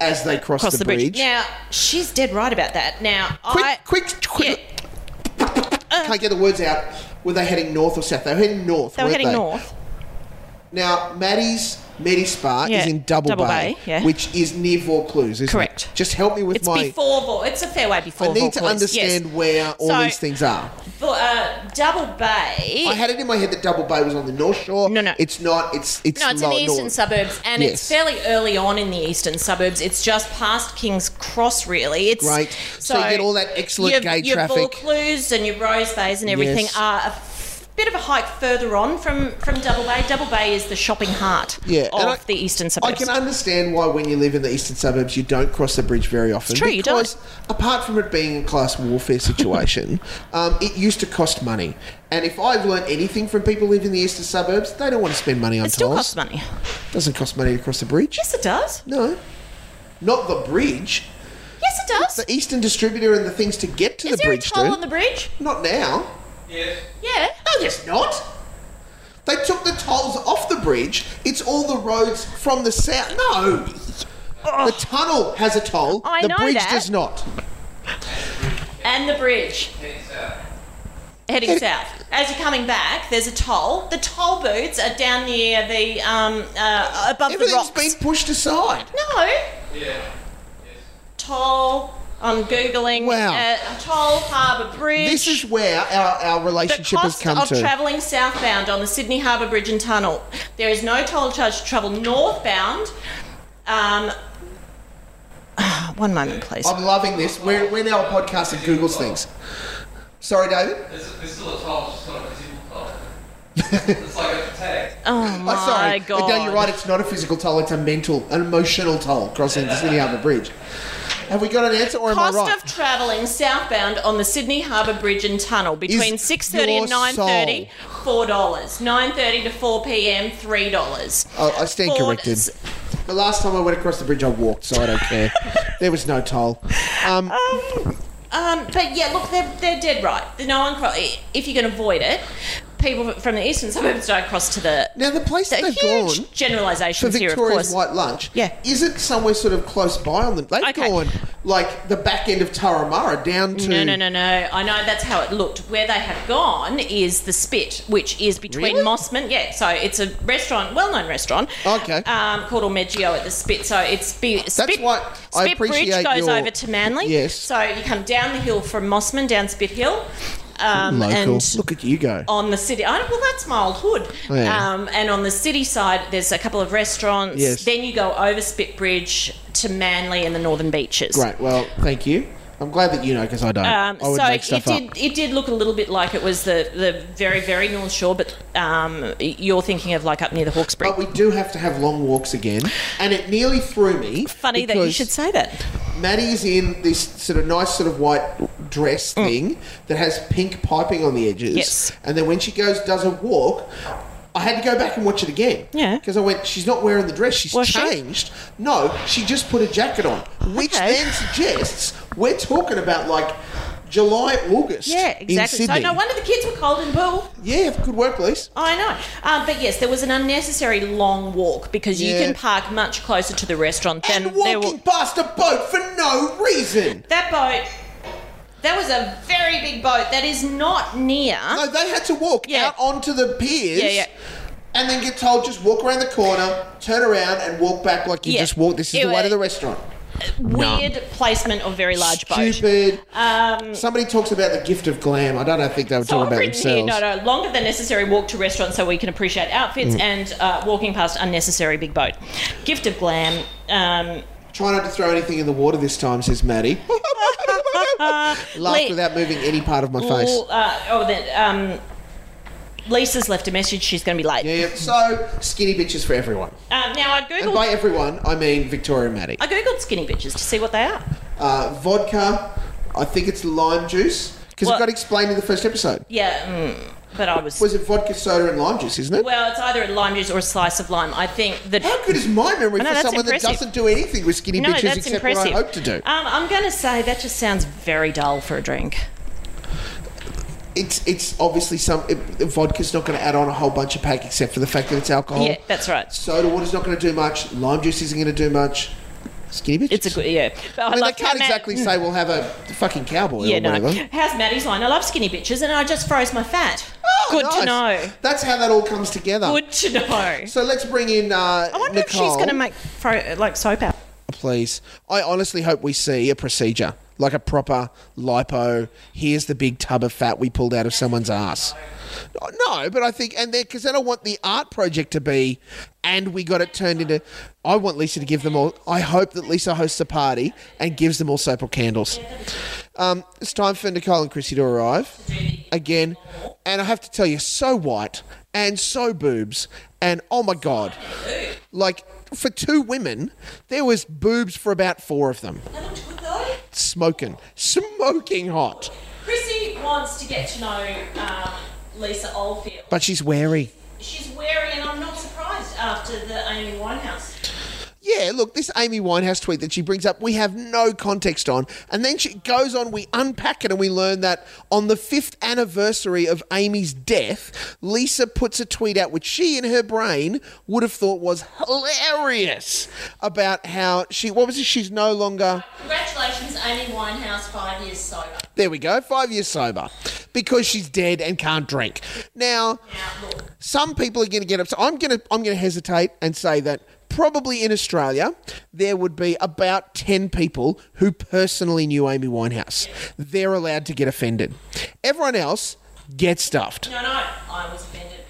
F: as they cross,
G: Across the, bridge. Now, she's dead right about that. Now,
F: quick,
G: I. uh.
F: quick, quick. Can't get the words out. Were they heading north or south? They were heading north.
G: They were
F: weren't
G: heading north.
F: Now, Maddie's Medi Spa
G: Yeah,
F: is in Double,
G: Double
F: Bay,
G: Bay, yeah.
F: which is near Vaucluse, isn't
G: Correct.
F: it? Just help me with
G: It's
F: my.
G: before Vaucluse. It's a fair way before
F: I need
G: Vaucluse,
F: to understand
G: yes.
F: where all
G: So-
F: these things are.
G: But, uh, Double Bay.
F: I had it in my head that Double Bay was on the North Shore.
G: No, no.
F: It's not. It's it's
G: no, it's in the
F: lower
G: eastern
F: north.
G: suburbs, and
F: Yes.
G: it's fairly early on in the eastern suburbs. It's just past King's Cross, really. It's
F: Great. So you get all that excellent
G: your,
F: gay
G: your
F: traffic.
G: Vaucluse and your Rose Bays and everything
F: Yes.
G: are a f- bit of a hike further on from from Double Bay. Double Bay is the shopping heart
F: Yeah,
G: of
F: and I-
G: the eastern
F: I
G: suburbs.
F: can understand why when you live in the eastern suburbs you don't cross the bridge very often.
G: true, you don't.
F: because apart from it being a class warfare situation, um, it used to cost money. And if I've learned anything from people who live in the eastern suburbs, they don't want to spend money on
G: it still
F: tolls.
G: costs money.
F: Doesn't cost money to cross the bridge.
G: Yes, it does.
F: No, not the bridge.
G: Yes, it does.
F: The eastern distributor and the things to get to
G: is
F: the
G: there
F: bridge
G: a toll
F: do.
G: on the bridge?
F: not now.
G: Yeah.
F: No, there's not. They took the tolls off the bridge. It's all the roads from the south. No. The tunnel has a toll.
G: I
F: the
G: know
F: bridge
G: that.
F: does not.
G: And the bridge. Heading south. As you're coming back, there's a toll. The toll booths are down near the um, uh, above the
F: Everything's
G: rocks.
F: been pushed aside.
G: No. Yeah. Toll. I'm googling.
F: Wow.
G: Uh, toll Harbour Bridge.
F: This is where our, our
G: the
F: relationship has
G: cost
F: come
G: of
F: to.
G: travelling southbound on the Sydney Harbour Bridge and Tunnel. There is no toll charge to travel northbound. Um, one moment, please.
F: I'm loving this. We're, we're now a podcast that Googles things. Sorry, David.
H: It's, it's still a toll, it's just not a physical toll. it's like a tag.
G: Oh my
F: oh, sorry.
G: god!
F: No, you're right. It's not a physical toll. It's a mental, an emotional toll crossing the Sydney Harbour Bridge. Have we got an answer, or
G: cost
F: am I right?
G: of travelling southbound on the Sydney Harbour Bridge and Tunnel between
F: Is
G: 6.30 and
F: your
G: 9.30, $4. 9.30 to 4pm, $3.
F: I, I stand
G: Ford-
F: corrected. The last time I went across the bridge, I walked, so I don't care. there was no toll. Um,
G: Um, but yeah, look, they're, they're dead right. No one cro- If you can avoid it, people from the eastern suburbs don't cross to the...
F: now, the place that
G: the
F: they've
G: huge
F: gone for
G: generalisations here, of
F: Victoria's
G: course.
F: White Lunch
G: Yeah.
F: is it somewhere sort of close by on them? They've
G: Okay.
F: gone, like, the back end of Taramara down to...
G: No, no, no, no. I know that's how it looked. Where they have gone is the Spit, which is between
F: Really?
G: Mossman. Yeah, so it's a restaurant, well-known restaurant.
F: Okay.
G: Um, called Ormeggio at the Spit. So it's be, Spit.
F: what I
G: Spit
F: appreciate
G: Bridge goes
F: your-
G: over to Manly.
F: Yes.
G: So you come down the hill from Mossman, down Spit Hill, um,
F: Local.
G: and
F: Look at you go.
G: on the city. I, well, that's my old hood.
F: Yeah.
G: Um, and on the city side, there's a couple of restaurants.
F: Yes.
G: Then you go over Spit Bridge to Manly and the Northern Beaches.
F: Great. Well, thank you. I'm glad that you know, because I don't.
G: Um,
F: I would
G: so
F: make
G: it
F: stuff
G: did.
F: up.
G: It did look a little bit like it was the, the very very North Shore, but um, you're thinking of like up near the Hawkesbury.
F: But we do have to have long walks again, and it nearly threw me.
G: Funny that you
F: because-
G: should say that.
F: Maddie's in this sort of nice sort of white dress thing that has pink piping on the edges.
G: Mm. Yes.
F: And then when she goes does a walk, I had to go back and watch it again.
G: Yeah.
F: Because I went, she's not wearing the dress. She's
G: Was she?
F: changed. No, she just put a jacket on, which
G: Okay.
F: then suggests we're talking about like July, August.
G: Yeah,
F: In
G: exactly. So
F: Sydney.
G: no wonder the kids were cold and pool.
F: yeah, good work, Lise.
G: I know. Um, but yes, there was an unnecessary long walk because
F: Yeah.
G: you can park much closer to the restaurant than
F: And
G: there
F: walking
G: were.
F: past a boat for no reason.
G: That boat. That was a very big boat. That is not near.
F: No, they had to walk
G: Yeah.
F: out onto the piers.
G: Yeah, yeah.
F: And then get told just walk around the corner, turn around, and walk back like you
G: Yeah.
F: just walked. This is
G: It
F: the way
G: wa-
F: to the restaurant.
G: Weird placement of very large boat.
F: Stupid. Somebody talks about the gift of glam. I don't know, think they were
G: So
F: talking
G: I've
F: about
G: written here,
F: themselves.
G: no, no, longer than necessary walk to restaurants so we can appreciate
F: Mm.
G: outfits and uh, walking past unnecessary big boat. Gift of glam. Um,
F: Try not to throw anything in the water this time, says Maddie. Laughed
G: Le-
F: without moving any part of my face.
G: all, uh, oh, then, um, Lisa's left a message. She's going to be late.
F: Yeah, so skinny bitches for everyone.
G: Um, now I
F: And by
G: googled.
F: everyone, I mean Victoria and Maddie.
G: I googled skinny bitches to see what they are.
F: Uh, vodka, I think it's lime juice. Because it
G: Well-
F: got explained in the first episode.
G: Yeah, mm, but I was.
F: Was it vodka, soda, and lime juice, isn't it?
G: well, it's either a lime juice or a slice of lime. I think that.
F: How good is my memory
G: I know,
F: for
G: that's
F: someone
G: impressive.
F: that doesn't do anything with skinny
G: No,
F: bitches
G: that's
F: except
G: impressive.
F: what I hope to do?
G: Um, I'm going to say that just sounds very dull for a drink.
F: It's it's obviously some it, vodka's not going to add on a whole bunch of pack except for the fact that it's alcohol.
G: Yeah, that's right.
F: Soda water's not going to do much. Lime juice isn't going to do much. Skinny bitches.
G: It's a good yeah. But
F: I mean,
G: like
F: they can't
G: how Matt-
F: exactly say we'll have a fucking cowboy
G: Yeah,
F: or whatever.
G: no. How's Maddie's line? I love skinny bitches, and I just froze my fat.
F: Oh,
I: Good to know.
F: That's how that all comes together.
I: Good to know. I
F: So let's bring in uh, I
I: wonder if she's going to make fro- like soap out.
F: please. I honestly hope we see a procedure, like a proper lipo. Here's the big tub of fat we pulled out of someone's ass. No, but I think, and then because then I want the art project to be, and we got it turned into. I want Lisa to give them all. I hope that Lisa hosts a party and gives them all soap or candles. Um, it's time for Nicole and Chrissy to arrive again, and I have to tell you, so white and so boobs, and oh my god, like for two women, there was boobs for about four of them. Smoking, smoking hot,
G: Chrissy wants to get to know um, Lisa Oldfield.
F: but she's wary.
G: She's wary, and I'm not surprised after the Amy Winehouse.
F: Yeah, look, this Amy Winehouse tweet that she brings up, we have no context on. And then she goes on, we unpack it, and we learn that on the fifth anniversary of Amy's death, Lisa puts a tweet out, which she in her brain would have thought was hilarious, about how she, what was it, she's no longer.
G: Congratulations, Amy Winehouse, five years sober.
F: There we go, five years sober because she's dead and can't drink. Now, some people are going to get upset. I'm going to I'm going to hesitate and say that probably in Australia there would be about ten people who personally knew Amy Winehouse. They're allowed to get offended. Everyone else gets stuffed.
G: No, no, I was offended.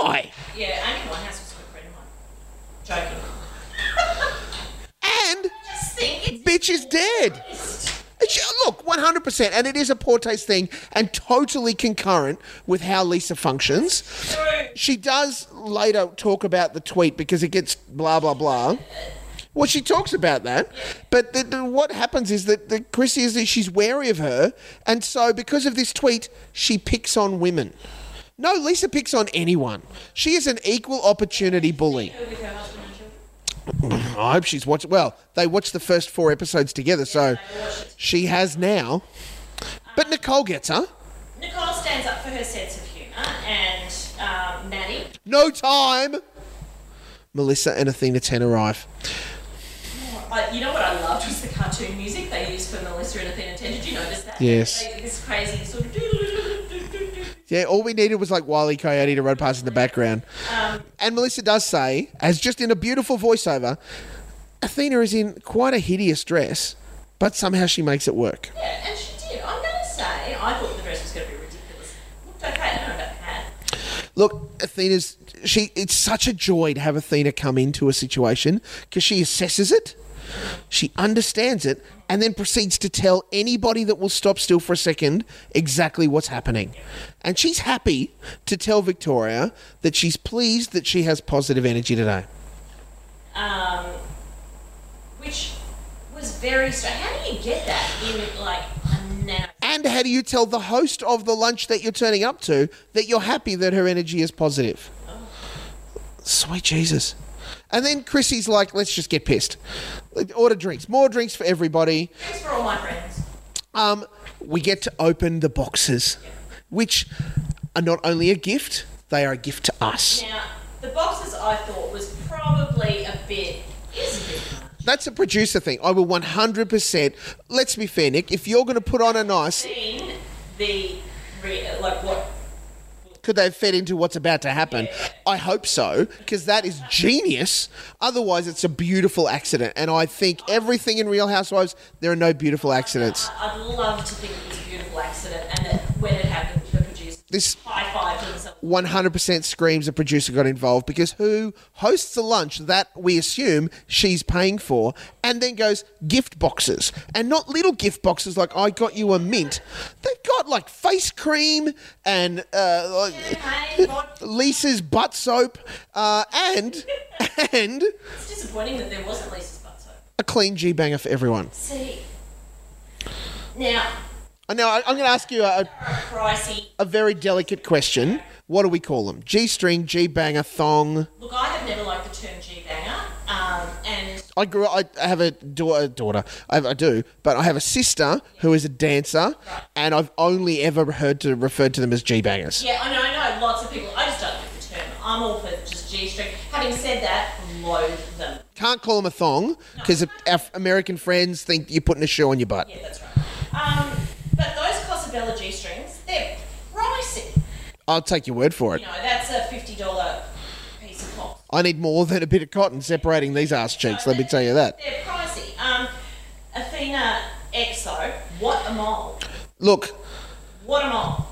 F: Why?
G: Yeah, Amy Winehouse was a good friend of mine. Joking.
F: And
G: Just think it's
F: bitch is dead. It's- Look, 100%, and it is a poor taste thing and totally concurrent with how Lisa functions. She does later talk about the tweet because it gets blah, blah, blah. Well, she talks about that, but the, the, what happens is that the Chrissy is that she's wary of her, and so because of this tweet, she picks on women. No, Lisa picks on anyone. She is an equal opportunity bully. I hope she's watched. Well, they watched the first four episodes together, so she has now. But Nicole gets her.
G: Nicole stands up for her sense of humour, and um, Maddie.
F: No time. Melissa and Athena Ten arrive.
G: I, you know what I loved was the cartoon music they used for Melissa and Athena Ten. Did you notice that?
F: Yes.
G: They- this crazy sort of. doo-doo-doo-doo-doo-doo-doo.
F: Yeah, all we needed was like Wiley Coyote to run past in the background. and Melissa does say, as just in a beautiful voiceover, Athena is in quite a hideous dress, but somehow she makes it work.
G: Yeah, and she did. I'm going to say, I thought the dress was going to be ridiculous. Looked okay. I don't know about the hat.
F: Look, Athena's she. It's such a joy to have Athena come into a situation because she assesses it, she understands it, and then proceeds to tell anybody that will stop still for a second exactly what's happening. And she's happy to tell Victoria that she's pleased that she has positive energy today.
G: um, which was very strange. How do you get that in like a now?
F: And how do you tell the host of the lunch that you're turning up to that you're happy that her energy is positive? Sweet Jesus. And then Chrissy's like, let's just get pissed. Like, Order drinks, more drinks for everybody.
G: Thanks for all my friends.
F: Um, we get to open the boxes, which are not only a gift, they are a gift to us.
G: Now, the boxes I thought was probably a bit is a bit much.
F: That's a producer thing. I will 100%. Let's be fair, Nick. If you're going to put on a nice,
G: seen the re- like what
F: could they have fed into what's about to happen? I hope so, because that is genius. Otherwise, it's a beautiful accident. And I think everything in Real Housewives, there are no beautiful accidents.
G: I'd love to think it was a beautiful accident and that when it happened the producer
F: This
G: high fived himself.
F: 100% screams a producer got involved because who hosts the lunch that we assume she's paying for and then goes gift boxes and not little gift boxes like I got you a mint. They've got like face cream and uh,
G: Hey, God,
F: Lisa's butt soap uh, and and
G: it's disappointing that there wasn't Lisa's butt soap.
F: a clean G banger for everyone.
G: See. Now,
F: Uh, Now I, I'm going to ask you a,
G: pricey.
F: a very delicate question. What do we call them? G string, G banger, thong.
G: Look, I have never liked the term G banger, um, and
F: I grew. I I have a daughter. Daughter. I, have, I do, but I have a sister who is a dancer, and I've only ever heard to referred to them as G bangers.
G: yeah, I know, I know lots of people. I just don't like the term. I'm all for just G string. Having said that, loathe them.
F: Can't call them a thong because our American friends think you're putting a shoe on your butt.
G: Yeah, that's right. Um, but those Cosabella G strings, they're pricey.
F: I I'll take your word for it.
G: You know, that's a fifty dollar piece of cloth.
F: I need more than a bit of cotton separating these ass cheeks, let me tell you that.
G: They're pricey. Um, Athena X though, what a mole!
F: Look,
G: What a mole!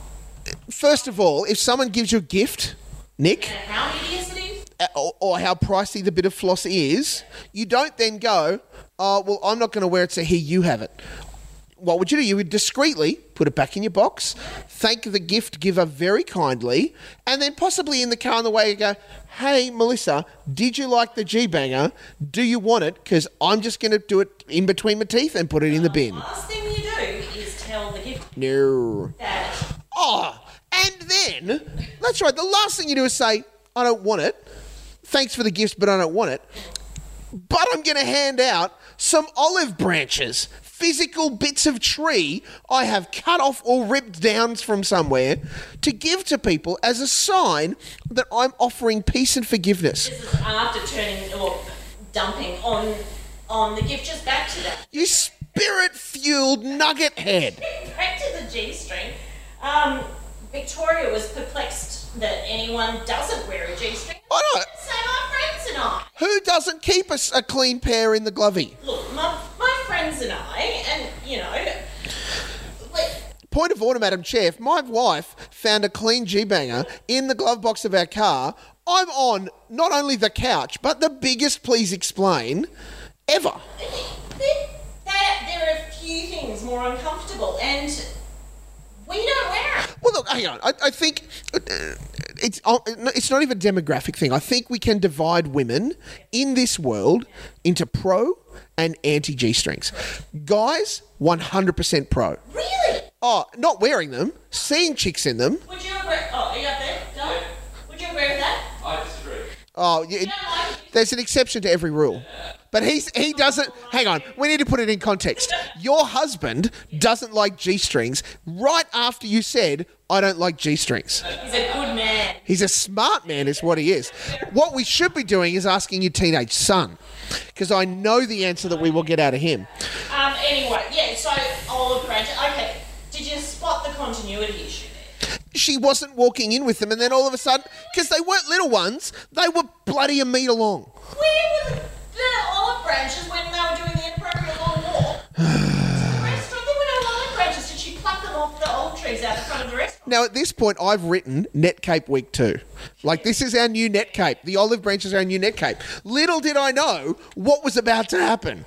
F: first of all, if someone gives you a gift, Nick,
G: And how hideous it is!
F: uh, or, or how pricey the bit of floss is, you don't then go, oh, well, I'm not going to wear it, so here you have it. What would you do? You would discreetly put it back in your box, thank the gift giver very kindly, and then possibly in the car on the way, you go, hey, Melissa, did you like the G Banger? Do you want it? Because I'm just going to do it in between my teeth and put it in the bin.
G: Last thing you do is tell the gift
F: No.
G: that
F: Oh, and then that's right. The last thing you do is say, "I don't want it. Thanks for the gifts, but I don't want it." But I'm going to hand out some olive branches, physical bits of tree I have cut off or ripped down from somewhere, to give to people as a sign that I'm offering peace and forgiveness.
G: this is after turning or dumping on on the gift. Just back to that.
F: You spirit-fueled nugget head.
G: Back to the G string. Um, Victoria was perplexed that anyone doesn't wear a G string.
F: I know.
G: Same my friends and I.
F: Who doesn't keep a, s- a clean pair in the glovey?
G: Look, my, my friends and I, and you know, like,
F: Point of order, Madam Chair. If my wife found a clean G banger in the glove box of our car, I'm on not only the couch, but the biggest please explain ever.
G: there, there- there are a few things more uncomfortable, and we don't wear 'em.
F: Well, look, hang on. I, I think uh, it's uh, it's not even a demographic thing. I think we can divide women in this world into pro and anti G strings. Guys, 100% pro.
G: Really?
F: Oh, not wearing them, seeing chicks in them.
G: Would you wear? Oh, are you up there? No. Would you wear that?
H: I disagree.
F: Oh, yeah, it- there's an exception to every rule. But he's he doesn't. Hang on, we need to put it in context. Your husband doesn't like g strings. Right after you said, "I don't like g strings,"
G: He's a good man.
F: he's a smart man, is what he is. What we should be doing is asking your teenage son, because I know the answer that we will get out of him.
G: Um. Anyway, yeah. So olive branch. Okay. Did you spot the continuity issue? there?
F: She wasn't walking in with them, and then all of a sudden, because they weren't little ones, they were bloody a meter long.
G: Where were the, the olive branches when they were doing the inappropriate long walk? To the restaurant, there were no olive branches. Did she pluck them off the old trees out the front of the restaurant?
F: Now, at this point, I've written Netcape Week 2. Like, this is our new Netcape. The olive branch is our new Netcape. Little did I know what was about to happen.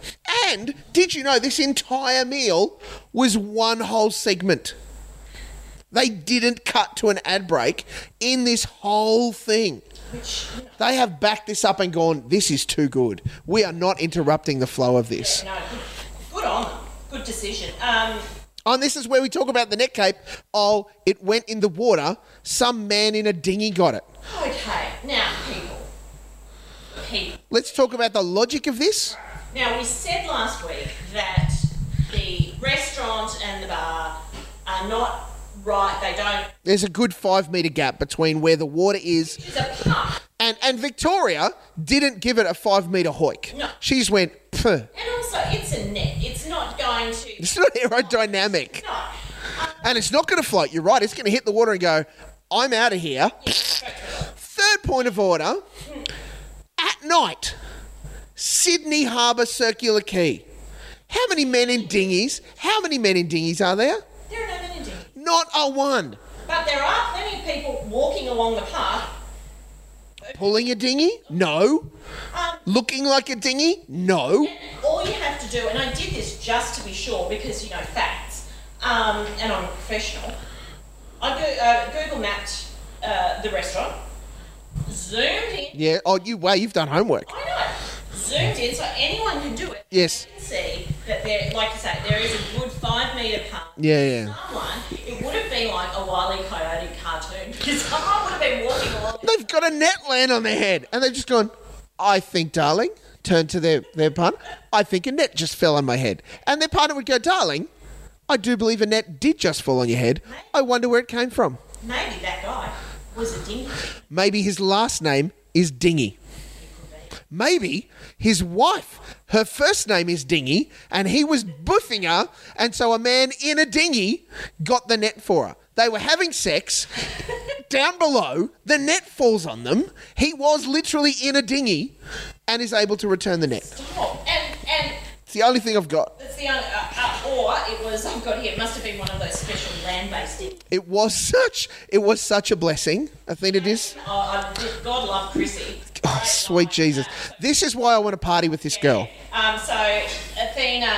F: And did you know this entire meal was one whole segment? They didn't cut to an ad break in this whole thing. They have backed this up and gone, this is too good. We are not interrupting the flow of this.
G: No, good, good on them. Good decision. Um,
F: Oh, and this is where we talk about the net cape. Oh, it went in the water. Some man in a dinghy got it.
G: okay, now people. People.
F: Let's talk about the logic of this.
G: Now we said last week that the restaurant and the bar are not right. They don't.
F: There's a good five meter gap between where the water is
G: It's a pub.
F: and and Victoria didn't give it a five meter hoik.
G: No.
F: She just went. Pff.
G: And also, it's a net. It's not going to.
F: It's not aerodynamic,
G: No.
F: and it's not going to float. You're right. It's going to hit the water and go. I'm out of here. Third point of order. At night, Sydney Harbour Circular Quay. How many men in dinghies? How many men in dinghies are there?
G: There are no men in India.
F: Not a one.
G: But there are plenty of people walking along the path.
F: Pulling a dinghy? No. Looking like a dinghy? No.
G: All you have to do, and I did this just to be sure because you know facts, um, and I'm a professional. I go, uh, Google mapped uh, the restaurant, zoomed in.
F: Yeah. Oh, you wow, you've done homework.
G: I know. Zoomed in, so anyone can do it.
F: Yes.
G: You can see that there, like you say, there is a good five metre path.
F: Yeah, yeah.
G: Someone, it would have been like a Wile E. Coyote cartoon because someone would have been walking along.
F: They've got a net land on their head, and they've just gone. I think, darling. Turn to their their partner. I think a net just fell on my head, and their partner would go, darling. I do believe a net did just fall on your head. I wonder where it came from.
G: Maybe that guy was a dinghy.
F: Maybe his last name is Dingy. Maybe his wife, her first name is Dingy, and he was boofing her, and so a man in a dinghy got the net for her. They were having sex. down below, the net falls on them. He was literally in a dinghy and is able to return the net.
G: Oh, and and
F: It's the only thing I've got.
G: that's the only. Uh, uh, or it was. I've got here. It must have been one of those special land-based. things.
F: It was such it was such a blessing. I think it is.
G: Oh, I, God love Chrissy.
F: Oh, sweet Jesus. This is why I want to party with this girl.
G: Um, so Athena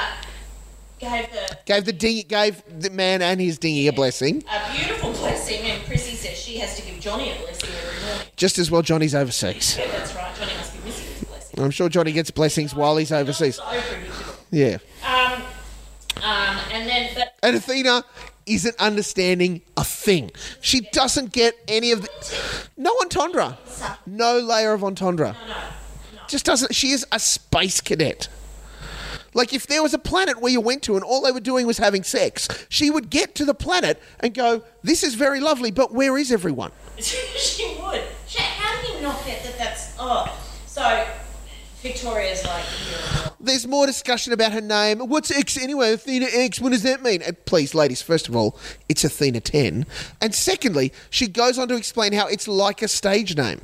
G: gave the
F: Gave the dinghy gave the man and his dinghy a blessing.
G: a beautiful blessing, and Chrissy says she has to give Johnny a blessing every morning.
F: Just as well Johnny's overseas.
G: That's right. Johnny must be missing his blessing.
F: I'm sure Johnny gets blessings while he's overseas.
G: So predictable.
F: Yeah.
G: Um, um, and then but
F: And Athena isn't understanding a thing. She doesn't get any of the. No entendre. No layer of entendre. Just doesn't. She is a space cadet. Like, if there was a planet where you went to and all they were doing was having sex, she would get to the planet and go, This is very lovely, but where is everyone?
G: she would. She, how do you not get that? That's oh. So Victoria's like. "You're wrong."
F: There's more discussion about her name. What's X anyway? Athena X. What does that mean? And please, ladies, first of all, it's Athena 10. And secondly, she goes on to explain how it's like a stage name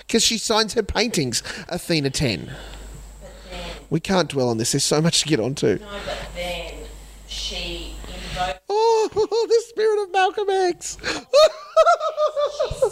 F: because she signs her paintings Athena 10. We can't dwell on this. There's so much to get onto.
G: No, but then she invoked.
F: Oh, the spirit of Malcolm X.
G: So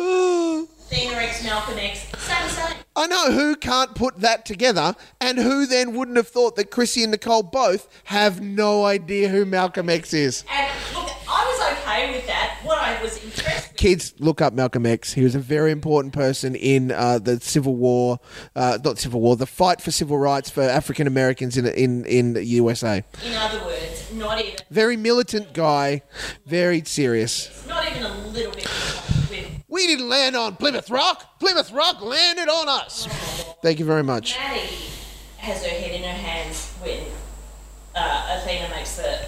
F: Oh.
G: Athena X, Malcolm X, same same.
F: I know who can't put that together, and who then wouldn't have thought that Chrissy and Nicole both have no idea who Malcolm X is.
G: And look, I was okay with that. What I was impressed with
F: kids look up Malcolm X. He was a very important person in uh, the Civil War, uh, not Civil War, the fight for civil rights for African Americans in in in the USA.
G: In other words, not even,
F: Very militant guy, very serious.
G: not even a little bit involved with
F: We didn't land on Plymouth Rock. Plymouth Rock landed on us. Thank you very much.
G: Maddie has her head in her hands when uh, Athena makes the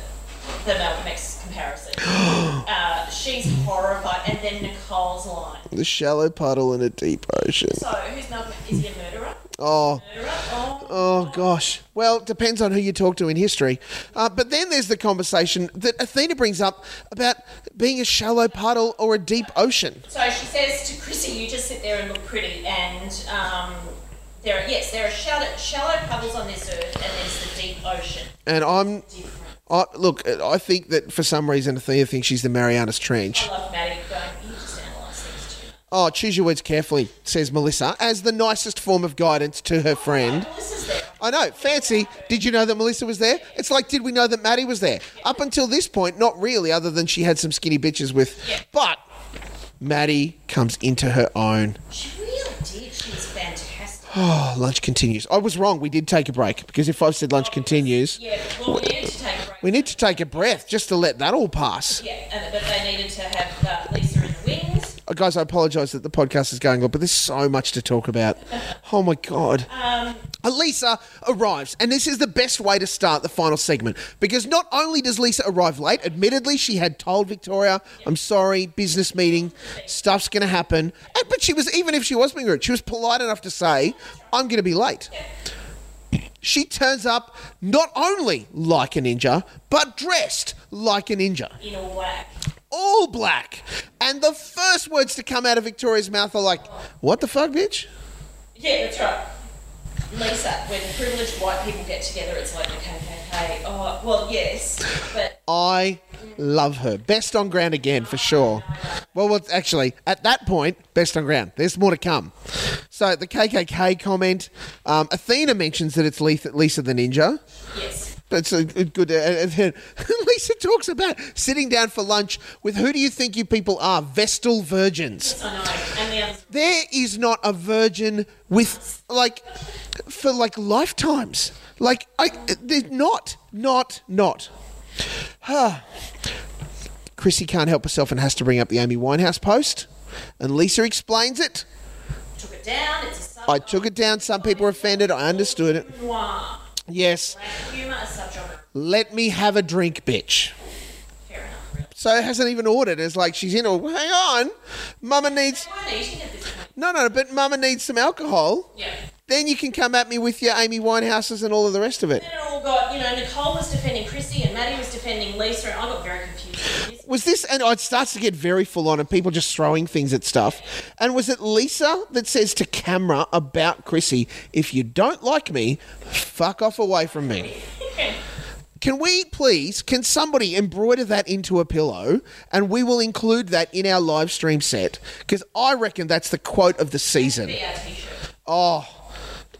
G: the Malcolm X comparison. uh, she's horrified, and then Nicole's line.
F: The shallow puddle in a deep ocean.
G: So who's Malcolm? Is he a murderer?
F: Oh.
G: Murderer? Oh,
F: Oh gosh. Well, it depends on who you talk to in history. Uh, but then there's the conversation that Athena brings up about being a shallow puddle or a deep ocean.
G: So she says to Chrissy, "You just sit there and look pretty." And um, there, are, yes, there are shallow, shallow puddles on this earth, and there's the deep ocean.
F: And I'm I, look, I think that for some reason Athena thinks she's the Marianas Trench.
G: I love Maddie going. You just analyse things too.
F: Oh, choose your words carefully, says Melissa, as the nicest form of guidance to her friend.
G: Melissa's there.
F: I know, fancy. Did you know that Melissa was there? It's like, did we know that Maddie was there? Up until this point, not really, other than she had some skinny bitches with. But Maddie comes into her own.
G: She really did. She was fantastic.
F: Oh, lunch continues. I was wrong. We did take a break because if I've said lunch continues,
G: Yeah, well, we needed to take a break.
F: we need to take a breath just to let that all pass.
G: Yeah, and, but they needed to have uh, Lisa in the wings.
F: Uh, guys, I apologise that the podcast is going on, but there's so much to talk about. Oh my god. Um, Lisa arrives, and this is the best way to start the final segment because not only does Lisa arrive late, admittedly, she had told Victoria, "I'm sorry, business meeting, stuff's going to happen," and, but she was even if she was being rude, she was polite enough to say, "I'm going to be late." She turns up not only like a ninja, but dressed like a ninja
G: In all black.
F: all black. And the first words to come out of Victoria's mouth are like, What the fuck, bitch?
G: Yeah, that's right. Lisa, when privileged white people get together, it's like the KKK. Oh, well, yes, but
F: I love her. Best on ground again, for sure. Well, well, actually, at that point, best on ground. There's more to come. So the KKK comment. Um, Athena mentions that it's Lisa, Lisa the Ninja.
G: yes.
F: That's a a good. And then Lisa talks about sitting down for lunch with who do you think you people are? Vestal virgins.
G: I know. And the others,
F: there is not a virgin with like for like lifetimes like i there's not not not Ah. chrissy can't help herself and has to bring up the amy winehouse post and lisa explains it
G: took it down. It's a sub
F: i took it down some people were offended i understood it
G: noir.
F: yes
G: Humour, a subgenre.
F: let me have a drink bitch
G: Fair enough, really.
F: so it hasn't even ordered it's like she's in or hang on mama needs
G: They weren't eating at this point.
F: no no but mama needs some alcohol
G: Yeah.
F: then you can come at me with your Amy Winehouses and all of the rest of it.
G: Then it all got, you know, Nicole was defending Chrissy and Maddie was defending Lisa, and I got very confused.
F: was this? And oh, it starts to get very full on, and people just throwing things at stuff. And was it Lisa that says to camera about Chrissy, "If you don't like me, fuck off away from me." Can we please? Can somebody embroider that into a pillow, and we will include that in our live stream set? Because I reckon that's the quote of the season. Oh,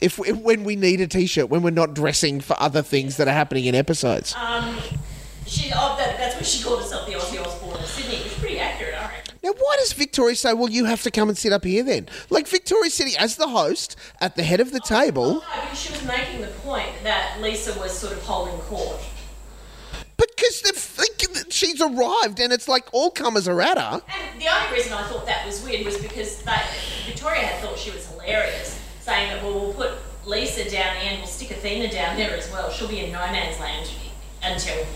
F: if, if when we need a t-shirt, when we're not dressing for other things that are happening in episodes.
G: Um, She, oh, that, that's what she called herself, the Aussie Osborne of Sydney. It was pretty accurate, I reckon.
F: Now, why does Victoria say, well, you have to come and sit up here then? Like, Victoria City, as the host, at the head of the table,
G: No, but she was making the point that Lisa was sort of holding court.
F: because they're thinking that she's arrived and it's like all comers are at her.
G: And the only reason I thought that was weird was because they, Victoria had thought she was hilarious, saying that, well, we'll put Lisa down there and we'll stick Athena down there as well. She'll be in no man's land until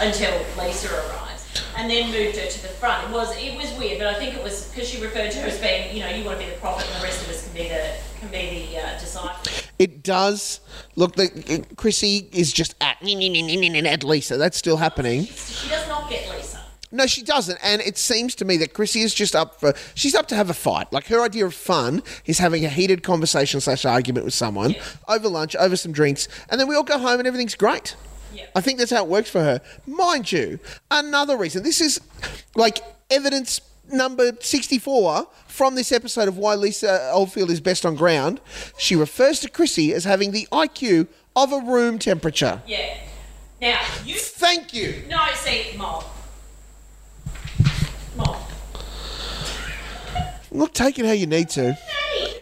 G: until Lisa arrives. And then moved her to the front. It was it was weird, but I think it was because she referred to her as being, you know, you want to be the prophet and the rest of us can be the can be the uh, disciple.
F: It does look like Chrissy is just at, at Lisa. That's still happening.
G: She does not get Lisa.
F: No, she doesn't. And it seems to me that Chrissy is just up for she's up to have a fight. Like her idea of fun is having a heated conversation slash argument with someone over lunch, over some drinks, and then we all go home and everything's great. I think that's how it works for her. Mind you, another reason this is like evidence number 64 from this episode of why Lisa Oldfield is best on ground. She refers to Chrissy as having the IQ of a room temperature.
G: Yeah. Now you
F: Thank you.
G: no see Mole. Mole.
F: Look, take it how you need to.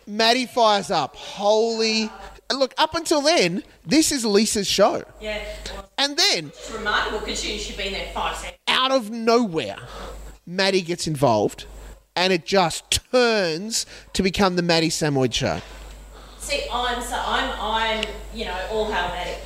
F: Maddie fires up. Holy. And Look, up until then, this is Lisa's show.
G: Yeah. Well,
F: And then,
G: it's remarkable considering she'd been there five seconds.
F: out of nowhere, Maddie gets involved and it just turns to become the Maddie Samoyed show.
G: See, I'm so I'm I'm you know all hail Maddie.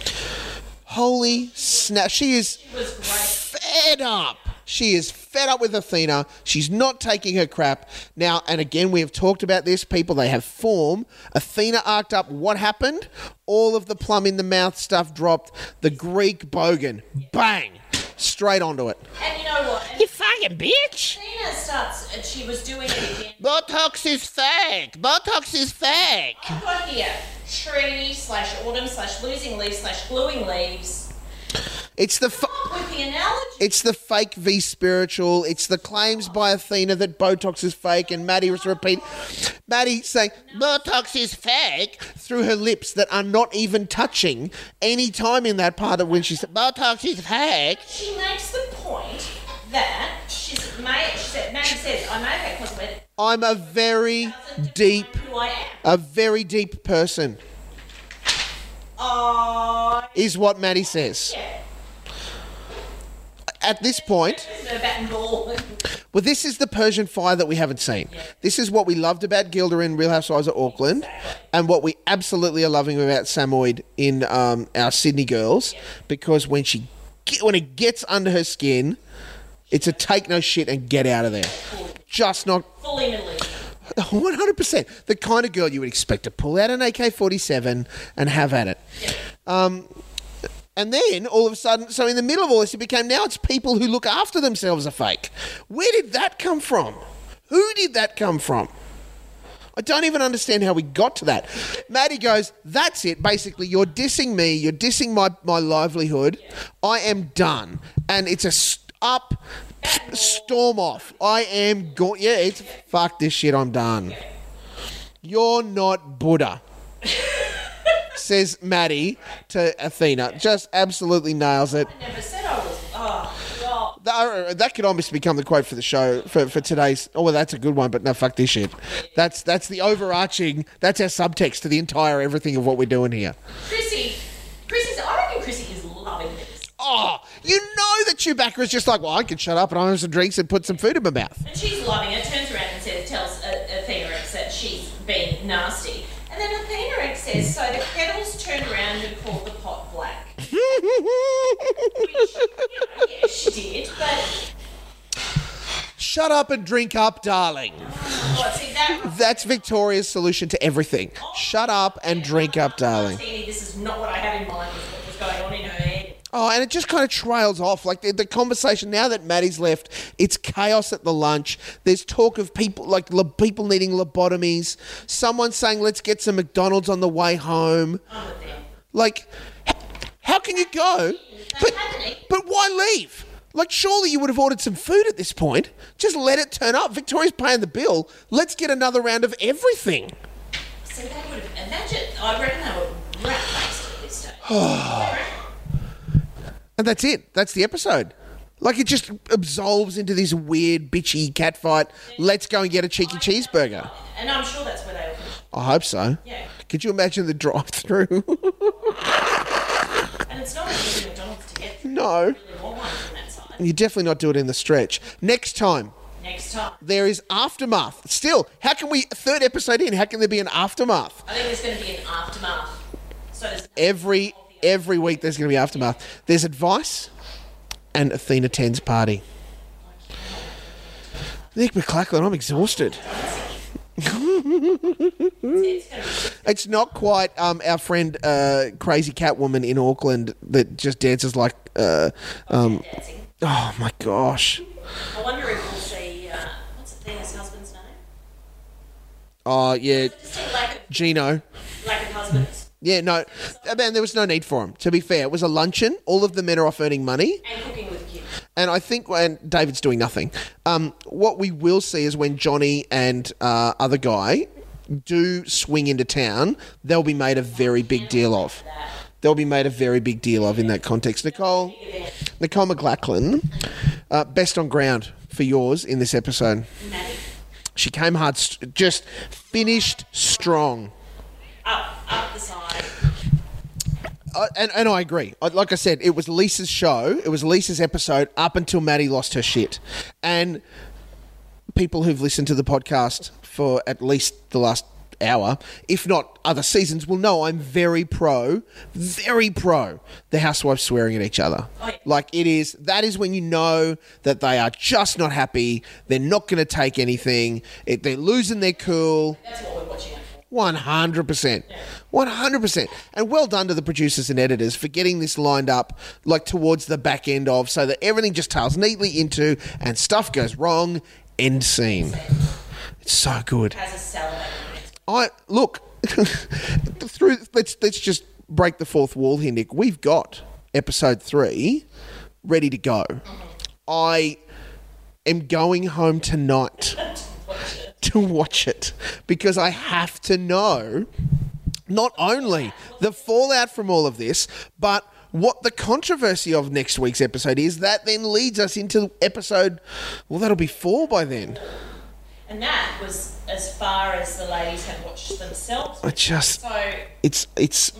F: Holy snap. She is
G: was great.
F: fed up. She is fed up with Athena. She's not taking her crap. Now, and again, we have talked about this. People, they have form. Athena arced up. What happened? All of the plum in the mouth stuff dropped. The Greek bogan. Bang. Straight onto it.
G: And you know what? And
F: You fucking bitch.
G: Tina starts and she was doing it again.
F: Botox is fake. Botox is fake.
G: I've got here tree slash autumn slash losing leaves slash gluing leaves.
F: It's the. Fu-
G: With the analogy,
F: It's the fake v spiritual. It's the claims by Athena that Botox is fake, and Maddie was repeat. Maddie saying Botox is fake through her lips that are not even touching any time in that part of when she said Botox is fake.
G: she makes the point that she's made. She said, Maddie says, I made that cosmetic.
F: I'm a very deep,
G: Who I am.
F: a very deep person,
G: Oh,
F: is what Maddie says.
G: yeah.
F: At this point,
G: There's no bat and ball.
F: Well, this is the Persian fire that we haven't seen. This is what we loved about Gilda in Real Housewives of Auckland, and what we absolutely are loving about Samoyed in um, our Sydney girls, because when she ge- when it gets under her skin, it's a take no shit and get out of there. Just not
G: Fully middle
F: 100%. The kind of girl you would expect to pull out an AK 47 and have at it. Um, and then all of a sudden, so in the middle of all this, it became now it's people who look after themselves are fake. Where did that come from? Who did that come from? I don't even understand how we got to that. Maddie goes, That's it. Basically, you're dissing me. You're dissing my, my livelihood. I am done. And it's a st- up s- storm off. I am going. Yeah, it's fuck this shit. I'm done. You're not Buddha. Says Maddie to Athena. Just absolutely nails it.
G: Never said I was. Oh, God.
F: That, uh, that could almost become the quote for the show for, for today's. Oh, well, that's a good one, but no, fuck this shit. That's that's the overarching. That's our subtext to the entire everything of what we're doing here.
G: Chrissy. Chrissy's. I reckon Chrissy is loving this.
F: Oh, you know that Chewbacca is just like, well, I can shut up and I have some drinks and put some food in my mouth.
G: And she's loving it. Turns around and says, tells uh, Athena X that she's been nasty. And then Athena X says, so the kettle's turned around and called the pot black. Yeah, she did, but
F: shut up and drink up, darling.
G: God, oh, see that.
F: That's Victoria's solution to everything. Shut up and drink up, darling.
G: Martini, this is not what I had in mind. Was what was going on in her head.
F: Oh, and it just kind of trails off. Like the, the conversation now that Maddie's left, it's chaos at the lunch. There's talk of people like lo- people needing lobotomies. Someone saying, "Let's get some McDonald's on the way home." Like, h- how can you go? But but why leave? Like, surely you would have ordered some food at this point. Just let it turn up. Victoria's paying the bill. Let's get another round of everything.
G: So they would have imagine. I reckon they were rat faced at this stage.
F: Oh, And that's it. That's the episode. Like it just absolves into this weird bitchy catfight. Let's go and get a cheeky cheeseburger.
G: and I'm sure that's where they were.
F: I hope so.
G: Yeah.
F: Could you imagine the drive-through?
G: And it's not even McDonald's to get through.
F: no.
G: They want one from that side.
F: You definitely not do it in the stretch. Next time
G: Next time.
F: there is aftermath. Still, how can we third episode in? How can there be an aftermath?
G: I think there's going to be an aftermath. So there's
F: Every every week there's going to be aftermath. There's advice and Athena 10's party. Nick McLachlan, I'm exhausted.
G: it's going to be
F: It's not quite um, our friend uh, Crazy Cat Woman in Auckland that just dances like. Uh, um,
G: dancing.
F: oh my gosh.
G: I wonder if we'll see uh, what's Athena's husband's name.
F: Oh yeah,
G: Just see lack of
F: Gino.
G: lack of husbands
F: Yeah, no, Uh, man, there was no need for him. To be fair, it was a luncheon. All of the men are off earning money,
G: and cooking with kids.
F: and I think and David's doing nothing. Um, what we will see is when Johnny and uh, other guy do swing into town, they'll be made a very big deal of. They'll be made a very big deal of in that context. Nicole, Nicole McLachlan, uh, best on ground for yours in this episode.
G: Maddie.
F: She came hard, st- just finished strong.
G: Up, up the side.
F: I- and, and I agree. I- Like I said, it was Lisa's show. It was Lisa's episode up until Maddie lost her shit. And people who've listened to the podcast for at least the last hour, if not other seasons, will know I'm very pro, very pro the housewives swearing at each other. Like it is, that is when you know that they are just not happy. They're not going to take anything. It, they're losing their cool.
G: That's what we're watching. out for.
F: One hundred percent, one hundred percent, and well done to the producers and editors for getting this lined up like towards the back end of, so that everything just tails neatly into and stuff goes wrong. End scene. It's so good.
G: Has a salivate.
F: I look through. Let's let's just break the fourth wall here, Nick. We've got episode three ready to go. I am going home tonight to watch it because I have to know not only the fallout from all of this, but what the controversy of next week's episode is. That then leads us into episode. Well, that'll be four by then.
G: And that was as far as the ladies had watched themselves.
F: I just.
G: So
F: it's it's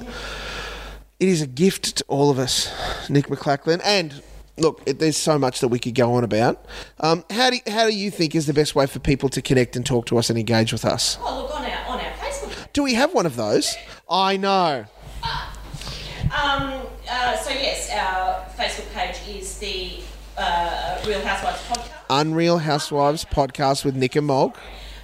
F: it is a gift to all of us, Nick McLachlan. And look, it, there's so much that we could go on about. Um, how do how do you think is the best way for people to connect and talk to us and engage with us?
G: Oh, look on our on our Facebook. page.
F: Do we have one of those? I know.
G: Um, uh, so yes, our Facebook page is the uh, Real Housewives Podcast
F: Unreal Housewives podcast with Nick and Mog.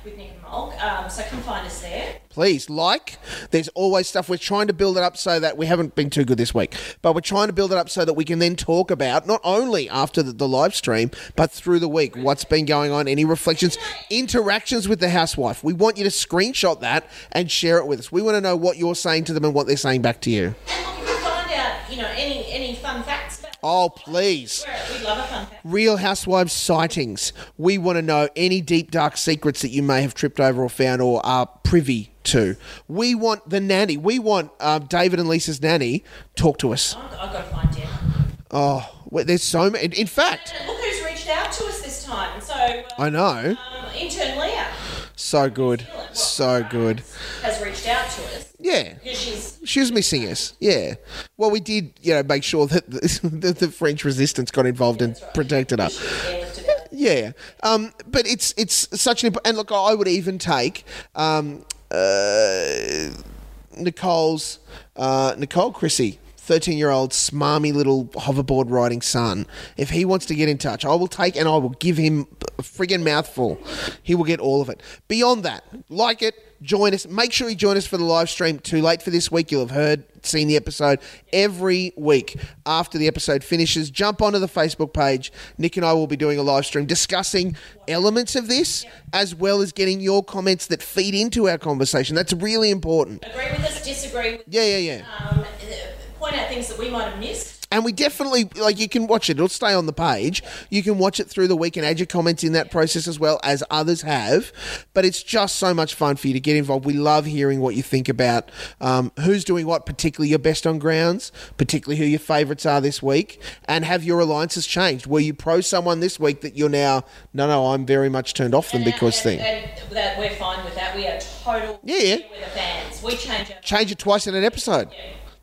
G: with Nick and Mulk. Um, so come find us there.
F: Please like. There's always stuff we're trying to build it up so that we haven't been too good this week, but we're trying to build it up so that we can then talk about not only after the, the live stream but through the week what's been going on, any reflections, interactions with the housewife. We want you to screenshot that and share it with us. We want to know what you're saying to them and what they're saying back to you.
G: And look, you can find out you know any any fun facts. About
F: Oh, please.
G: we love a fun fact.
F: Real Housewives sightings. We want to know any deep, dark secrets that you may have tripped over or found or are privy to. We want the nanny. We want uh, David and Lisa's nanny. Talk to us.
G: I've got, I've got to find Deb.
F: Well, there's so many. In fact,
G: And look who's reached out to us this time. So uh,
F: I know.
G: um, intern Leah
F: So good. So good.
G: has reached out to us
F: Yeah.
G: because she's
F: She was missing us. Yeah. Well, we did, you know, make sure that the, the, the French resistance got involved and protected us.
G: airlifted out.
F: Yeah, um, but it's it's such an imp- and look, I would even take um, uh, Nicole's uh, Nicole Chrissy 13 year old smarmy little hoverboard riding son, if he wants to get in touch, I will take and I will give him a friggin' mouthful. He will get all of it. Beyond that, like it, join us. Make sure you join us for the live stream. Too late for this week. You'll have heard, seen the episode every week after the episode finishes. Jump onto the Facebook page. Nick and I will be doing a live stream discussing elements of this as well as getting your comments that feed into our conversation. That's really important.
G: Agree with us, disagree with
F: Yeah, yeah, yeah.
G: um, point out things that we might have missed.
F: And we definitely like you can watch it. It'll stay on the page. You can watch it through the week and add your comments in that process as well as others have. But it's just so much fun for you to get involved. We love hearing what you think about um, who's doing what, particularly your best on grounds, particularly who your favourites are this week, and have your alliances changed. Were you pro someone this week that you're now no, no, I'm very much turned off them because thing.
G: and, and, and that we're fine with that. We are total
F: Yeah, yeah.
G: with the fans. We change our
F: Change it twice in an episode.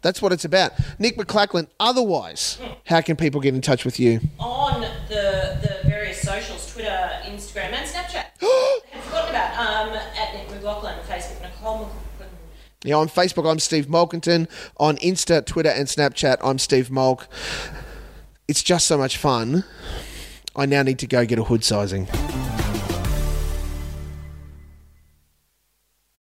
F: That's what it's about. Nick McLachlan. Otherwise, how can people get in touch with you?
G: on the the various socials, Twitter, Instagram, and Snapchat. I've forgotten about um, at Nick McLaughlin, Facebook, Nicole McLaughlin.
F: Yeah, on Facebook, I'm Steve Malkington. On Insta, Twitter, and Snapchat, I'm Steve Malk. It's just so much fun. I now need to go get a hood sizing.